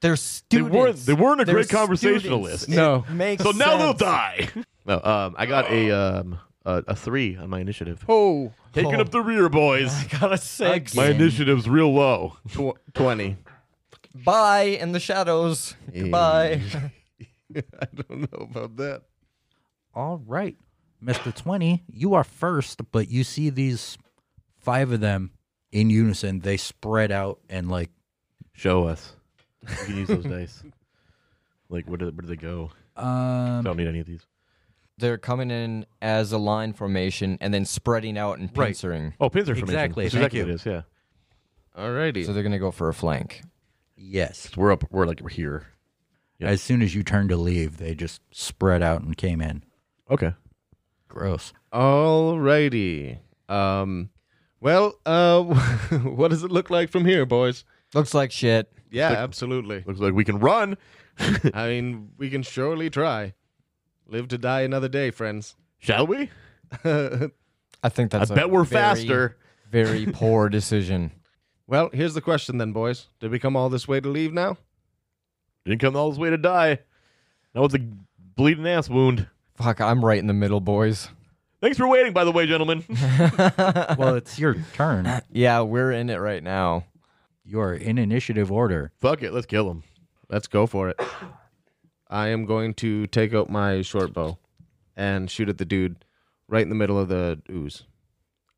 Speaker 4: They're
Speaker 3: they
Speaker 4: students.
Speaker 3: weren't. They weren't a
Speaker 4: They're
Speaker 3: great conversationalist.
Speaker 4: students. It
Speaker 1: No.
Speaker 4: Makes
Speaker 3: So now they'll
Speaker 4: sense.
Speaker 3: die. No, um, I got a um, a, a three on my initiative.
Speaker 1: oh,
Speaker 3: Taking up the rear, boys. <laughs>
Speaker 4: <laughs> Got a six.
Speaker 3: My initiative's real low.
Speaker 1: tw- 20.
Speaker 4: Bye in the shadows. Goodbye.
Speaker 1: <laughs>
Speaker 4: <laughs>
Speaker 1: I don't know about that.
Speaker 2: All right. Mr. 20, you are first, but you see these five of them in unison. They spread out and like
Speaker 3: Show us. You can use those <laughs> dice. Like where do where do they go? I
Speaker 2: um
Speaker 3: don't need any of these.
Speaker 4: They're coming in as a line formation and then spreading out and
Speaker 2: Right.
Speaker 4: pincering.
Speaker 3: Oh, pins are
Speaker 2: formation. Exactly, That's
Speaker 3: That's
Speaker 2: thank
Speaker 3: exactly
Speaker 2: exactly you.
Speaker 3: what
Speaker 2: what
Speaker 3: it is. Yeah.
Speaker 1: Alrighty.
Speaker 4: So they're gonna go for a flank.
Speaker 2: yes.
Speaker 3: we're up. We're like we're here. Yep.
Speaker 2: As soon as you turned to leave, they just spread out and came in.
Speaker 3: Okay.
Speaker 2: Gross.
Speaker 1: Alrighty. <laughs> Um, well, uh, what does it look like from here, boys?
Speaker 4: Looks like shit.
Speaker 1: Yeah, absolutely.
Speaker 3: Looks like we can run.
Speaker 1: I mean, we can surely try. Live to die another day, friends.
Speaker 3: <laughs>
Speaker 1: <laughs>
Speaker 3: Shall we?
Speaker 4: I think that's.
Speaker 3: I
Speaker 4: a
Speaker 3: bet we're
Speaker 4: very,
Speaker 3: faster.
Speaker 4: Very poor decision.
Speaker 1: Well, here's the question then, boys. Did we come all this way to leave now?
Speaker 3: Didn't come all this way to die. Now it's a bleeding ass wound.
Speaker 4: Fuck, I'm right in the middle, boys.
Speaker 3: Thanks for waiting, by the way, <laughs> gentlemen.
Speaker 2: well, it's your turn.
Speaker 4: Yeah, we're in it right now.
Speaker 2: You are in initiative order.
Speaker 3: Fuck it, let's kill him.
Speaker 1: Let's go for it. <coughs> I am going to take out my short bow and shoot at the dude right in the middle of the ooze.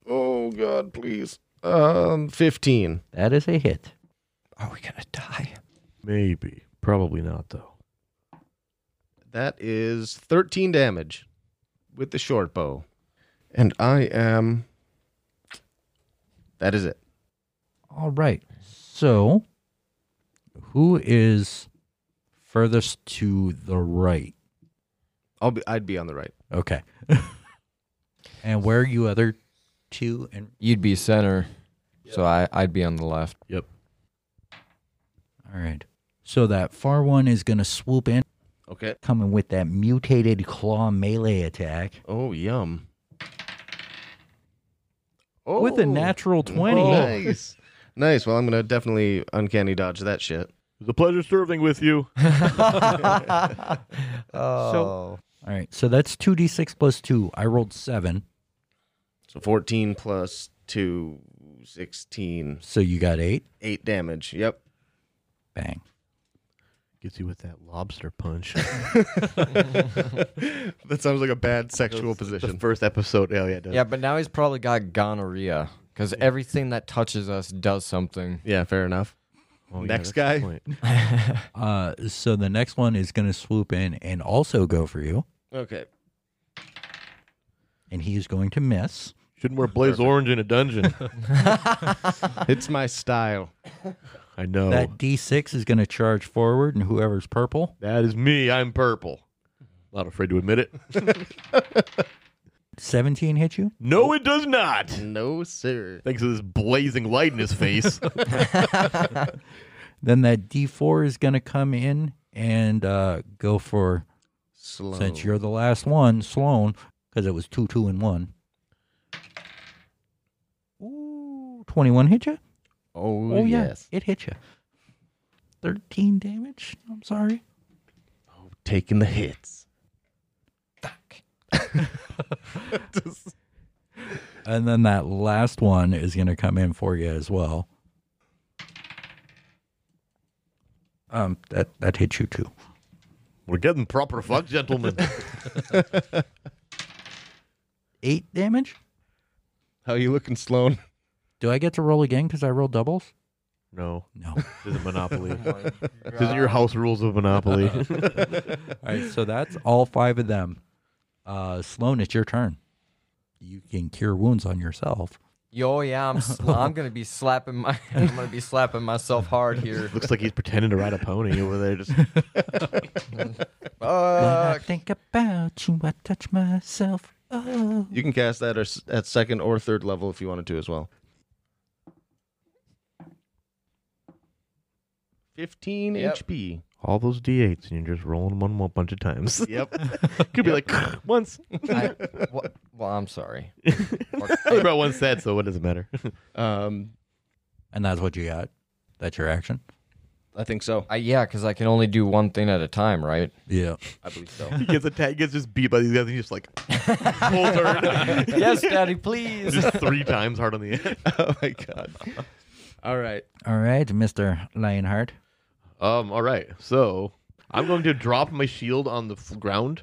Speaker 1: Oh god, please. Um 15.
Speaker 2: That is a hit.
Speaker 4: Are we gonna die?
Speaker 3: Maybe, probably not though.
Speaker 1: That is 13 damage with the short bow. And I am That is it.
Speaker 2: All right. So, who is furthest to the right?
Speaker 1: I'll be I'd be on the right.
Speaker 2: Okay. <laughs> and where are you other two? And
Speaker 4: You'd be center, so I, I'd be on the left.
Speaker 3: Yep.
Speaker 2: all right. So that far one is going to swoop in,
Speaker 1: Okay.
Speaker 2: coming with that mutated claw melee attack
Speaker 1: Oh yum. Oh,
Speaker 2: with a natural twenty.
Speaker 1: Nice. nice. Well, I'm going to definitely uncanny dodge that shit.
Speaker 3: It was a pleasure serving
Speaker 1: <laughs>
Speaker 3: with you.
Speaker 4: Oh.
Speaker 2: All right. So that's two d six plus two. I rolled seven,
Speaker 1: So 14 plus 2, 16,
Speaker 2: so you got eight.
Speaker 1: 8 damage. Yep.
Speaker 2: Bang.
Speaker 3: Gets you with that lobster
Speaker 1: <laughs>
Speaker 3: punch.
Speaker 1: That sounds like a bad sexual
Speaker 3: the
Speaker 1: position.
Speaker 3: first episode. Oh yeah, it does.
Speaker 4: yeah, but now he's probably got gonorrhea because everything that touches us does something.
Speaker 1: Yeah, fair enough.
Speaker 3: Oh, yeah,
Speaker 1: Next guy.
Speaker 3: that's the point.
Speaker 2: Uh, so the next one is going to swoop in and also go for you,
Speaker 1: Okay.
Speaker 2: and he is going to miss.
Speaker 3: Shouldn't
Speaker 1: <laughs>
Speaker 3: wear blaze orange in a dungeon.
Speaker 1: It's my style.
Speaker 3: I know.
Speaker 2: That d6 is going to charge forward, and whoever's purple,
Speaker 3: that is me. I'm purple. Not afraid to
Speaker 1: <laughs>
Speaker 3: admit it.
Speaker 2: 17 hit you.
Speaker 3: No, it does not.
Speaker 1: No, sir.
Speaker 3: Thanks to this blazing light in his face.
Speaker 1: <laughs>
Speaker 2: Then that d4 is going to come in and uh, go for,
Speaker 1: Slow.
Speaker 2: since you're the last one, Sloan, because it was 2, 2, and 1. Ooh, 21 hit you?
Speaker 1: oh,
Speaker 2: Oh, yeah.
Speaker 1: yes.
Speaker 2: It hit you. 13 damage. I'm sorry.
Speaker 1: Taking the hits.
Speaker 2: And then that last one is going to come in for you as well. Um, that, that hit you too.
Speaker 3: We're getting proper
Speaker 1: <laughs>
Speaker 3: fuck, gentlemen.
Speaker 2: Eight damage?
Speaker 1: How you looking, Sloan? <laughs>
Speaker 2: Do I get to roll again because I roll doubles?
Speaker 3: no,
Speaker 2: No.
Speaker 3: this
Speaker 1: <laughs>
Speaker 3: is Monopoly.
Speaker 1: Oh
Speaker 3: This is your house rules of Monopoly.
Speaker 2: all right, so that's all five of them. Uh, Sloan, it's your turn. You can cure wounds on yourself.
Speaker 4: Yo, yeah, I'm s <laughs> am gonna be slapping my <laughs> I'm gonna be slapping myself hard <laughs> here.
Speaker 3: Looks like he's pretending to ride a pony over
Speaker 1: <laughs>
Speaker 3: there. Just
Speaker 2: When I think about you, I touch myself. Oh.
Speaker 1: You can cast that or s- at second or third level if you wanted to as well. 15
Speaker 4: Yep.
Speaker 1: HP.
Speaker 3: all those d8s, and you're just rolling them a bunch of times.
Speaker 1: Yep.
Speaker 3: Could be like <laughs> once.
Speaker 4: I, wha- well, I'm <laughs> sorry.
Speaker 3: Only brought one set, so what does it matter?
Speaker 1: <laughs> um,
Speaker 2: And that's what you got. That's your action.
Speaker 1: I think so.
Speaker 4: I, yeah, because I can only do one thing at a time, right?
Speaker 2: Yeah.
Speaker 1: I believe <laughs> so.
Speaker 3: <laughs> he gets attacked, gets just beat by these guys, and he's just like full <laughs> turn,
Speaker 4: yes, Daddy, please. <laughs>
Speaker 3: just three times hard on the end. <laughs>
Speaker 1: oh my god. All right.
Speaker 2: All right, Mr. Lionheart.
Speaker 3: Um. All right. So I'm going to drop my shield on the f- ground,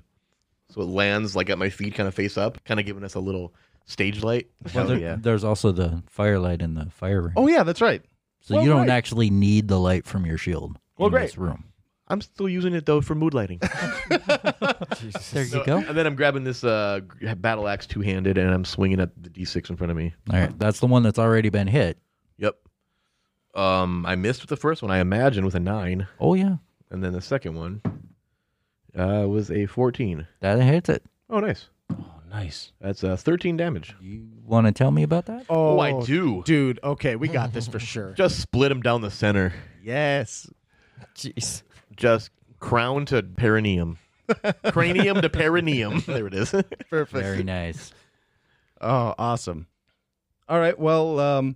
Speaker 3: so it lands like at my feet, kind of face up, kind of giving us a little stage <laughs> light.
Speaker 2: Well, there- There's also the firelight in the fire ring.
Speaker 1: Oh yeah, that's right.
Speaker 2: so you don't actually need the light from your shield
Speaker 3: Well,
Speaker 2: in
Speaker 3: great.
Speaker 2: this room.
Speaker 3: I'm still using it though for mood lighting.
Speaker 2: There you go.
Speaker 3: and then I'm grabbing this uh, g- battle axe two handed, and I'm swinging at the D6 in front of me.
Speaker 2: All right, that's the one that's already been hit.
Speaker 3: Yep. Um, I missed with the first one, I imagine, with a nine,
Speaker 2: Oh yeah,
Speaker 3: and then the second one uh, was a 14.
Speaker 2: that hits it.
Speaker 3: Oh, nice.
Speaker 1: Oh, nice.
Speaker 3: That's uh, 13 damage.
Speaker 2: You want to tell me about that?
Speaker 3: Oh, I do.
Speaker 1: Dude, okay, we got this for sure. <laughs>
Speaker 3: Just split him down the center. Yes.
Speaker 4: Jeez.
Speaker 3: Just crown to <laughs> perineum. Cranium to <laughs> perineum. There it is.
Speaker 1: Perfect.
Speaker 2: Very nice.
Speaker 1: Oh, awesome. All right. Well, um,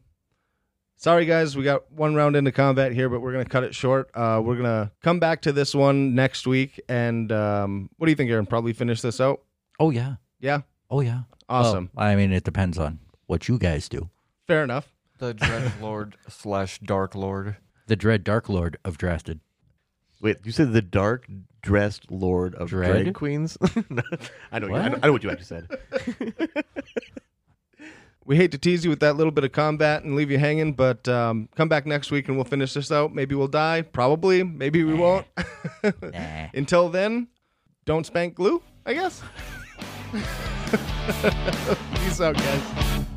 Speaker 1: sorry, guys. We got one round into combat here, but we're going to cut it short. Uh, we're going to come back to this one next week. And um, what do you think, Aaron? Probably finish this out?
Speaker 2: Oh yeah.
Speaker 1: Yeah.
Speaker 2: Oh yeah. Well,
Speaker 1: Awesome.
Speaker 2: I mean, it depends on what you guys do.
Speaker 1: Fair enough.
Speaker 4: The Dread Lord slash Dark Lord.
Speaker 2: The Dread Dark Lord of Drasted.
Speaker 3: Wait, you said the dark dressed lord of
Speaker 2: Dread?
Speaker 3: drag queens? <laughs> No, I know. I know,
Speaker 2: What?
Speaker 3: I know what you actually said.
Speaker 1: We hate to tease you with that little bit of combat and leave you hanging, but um, come back next week and we'll finish this out. Maybe we'll die. Probably. Maybe we won't.
Speaker 2: Nah.
Speaker 1: <laughs> Until then, don't spank glue, I guess. <laughs> Peace out, guys.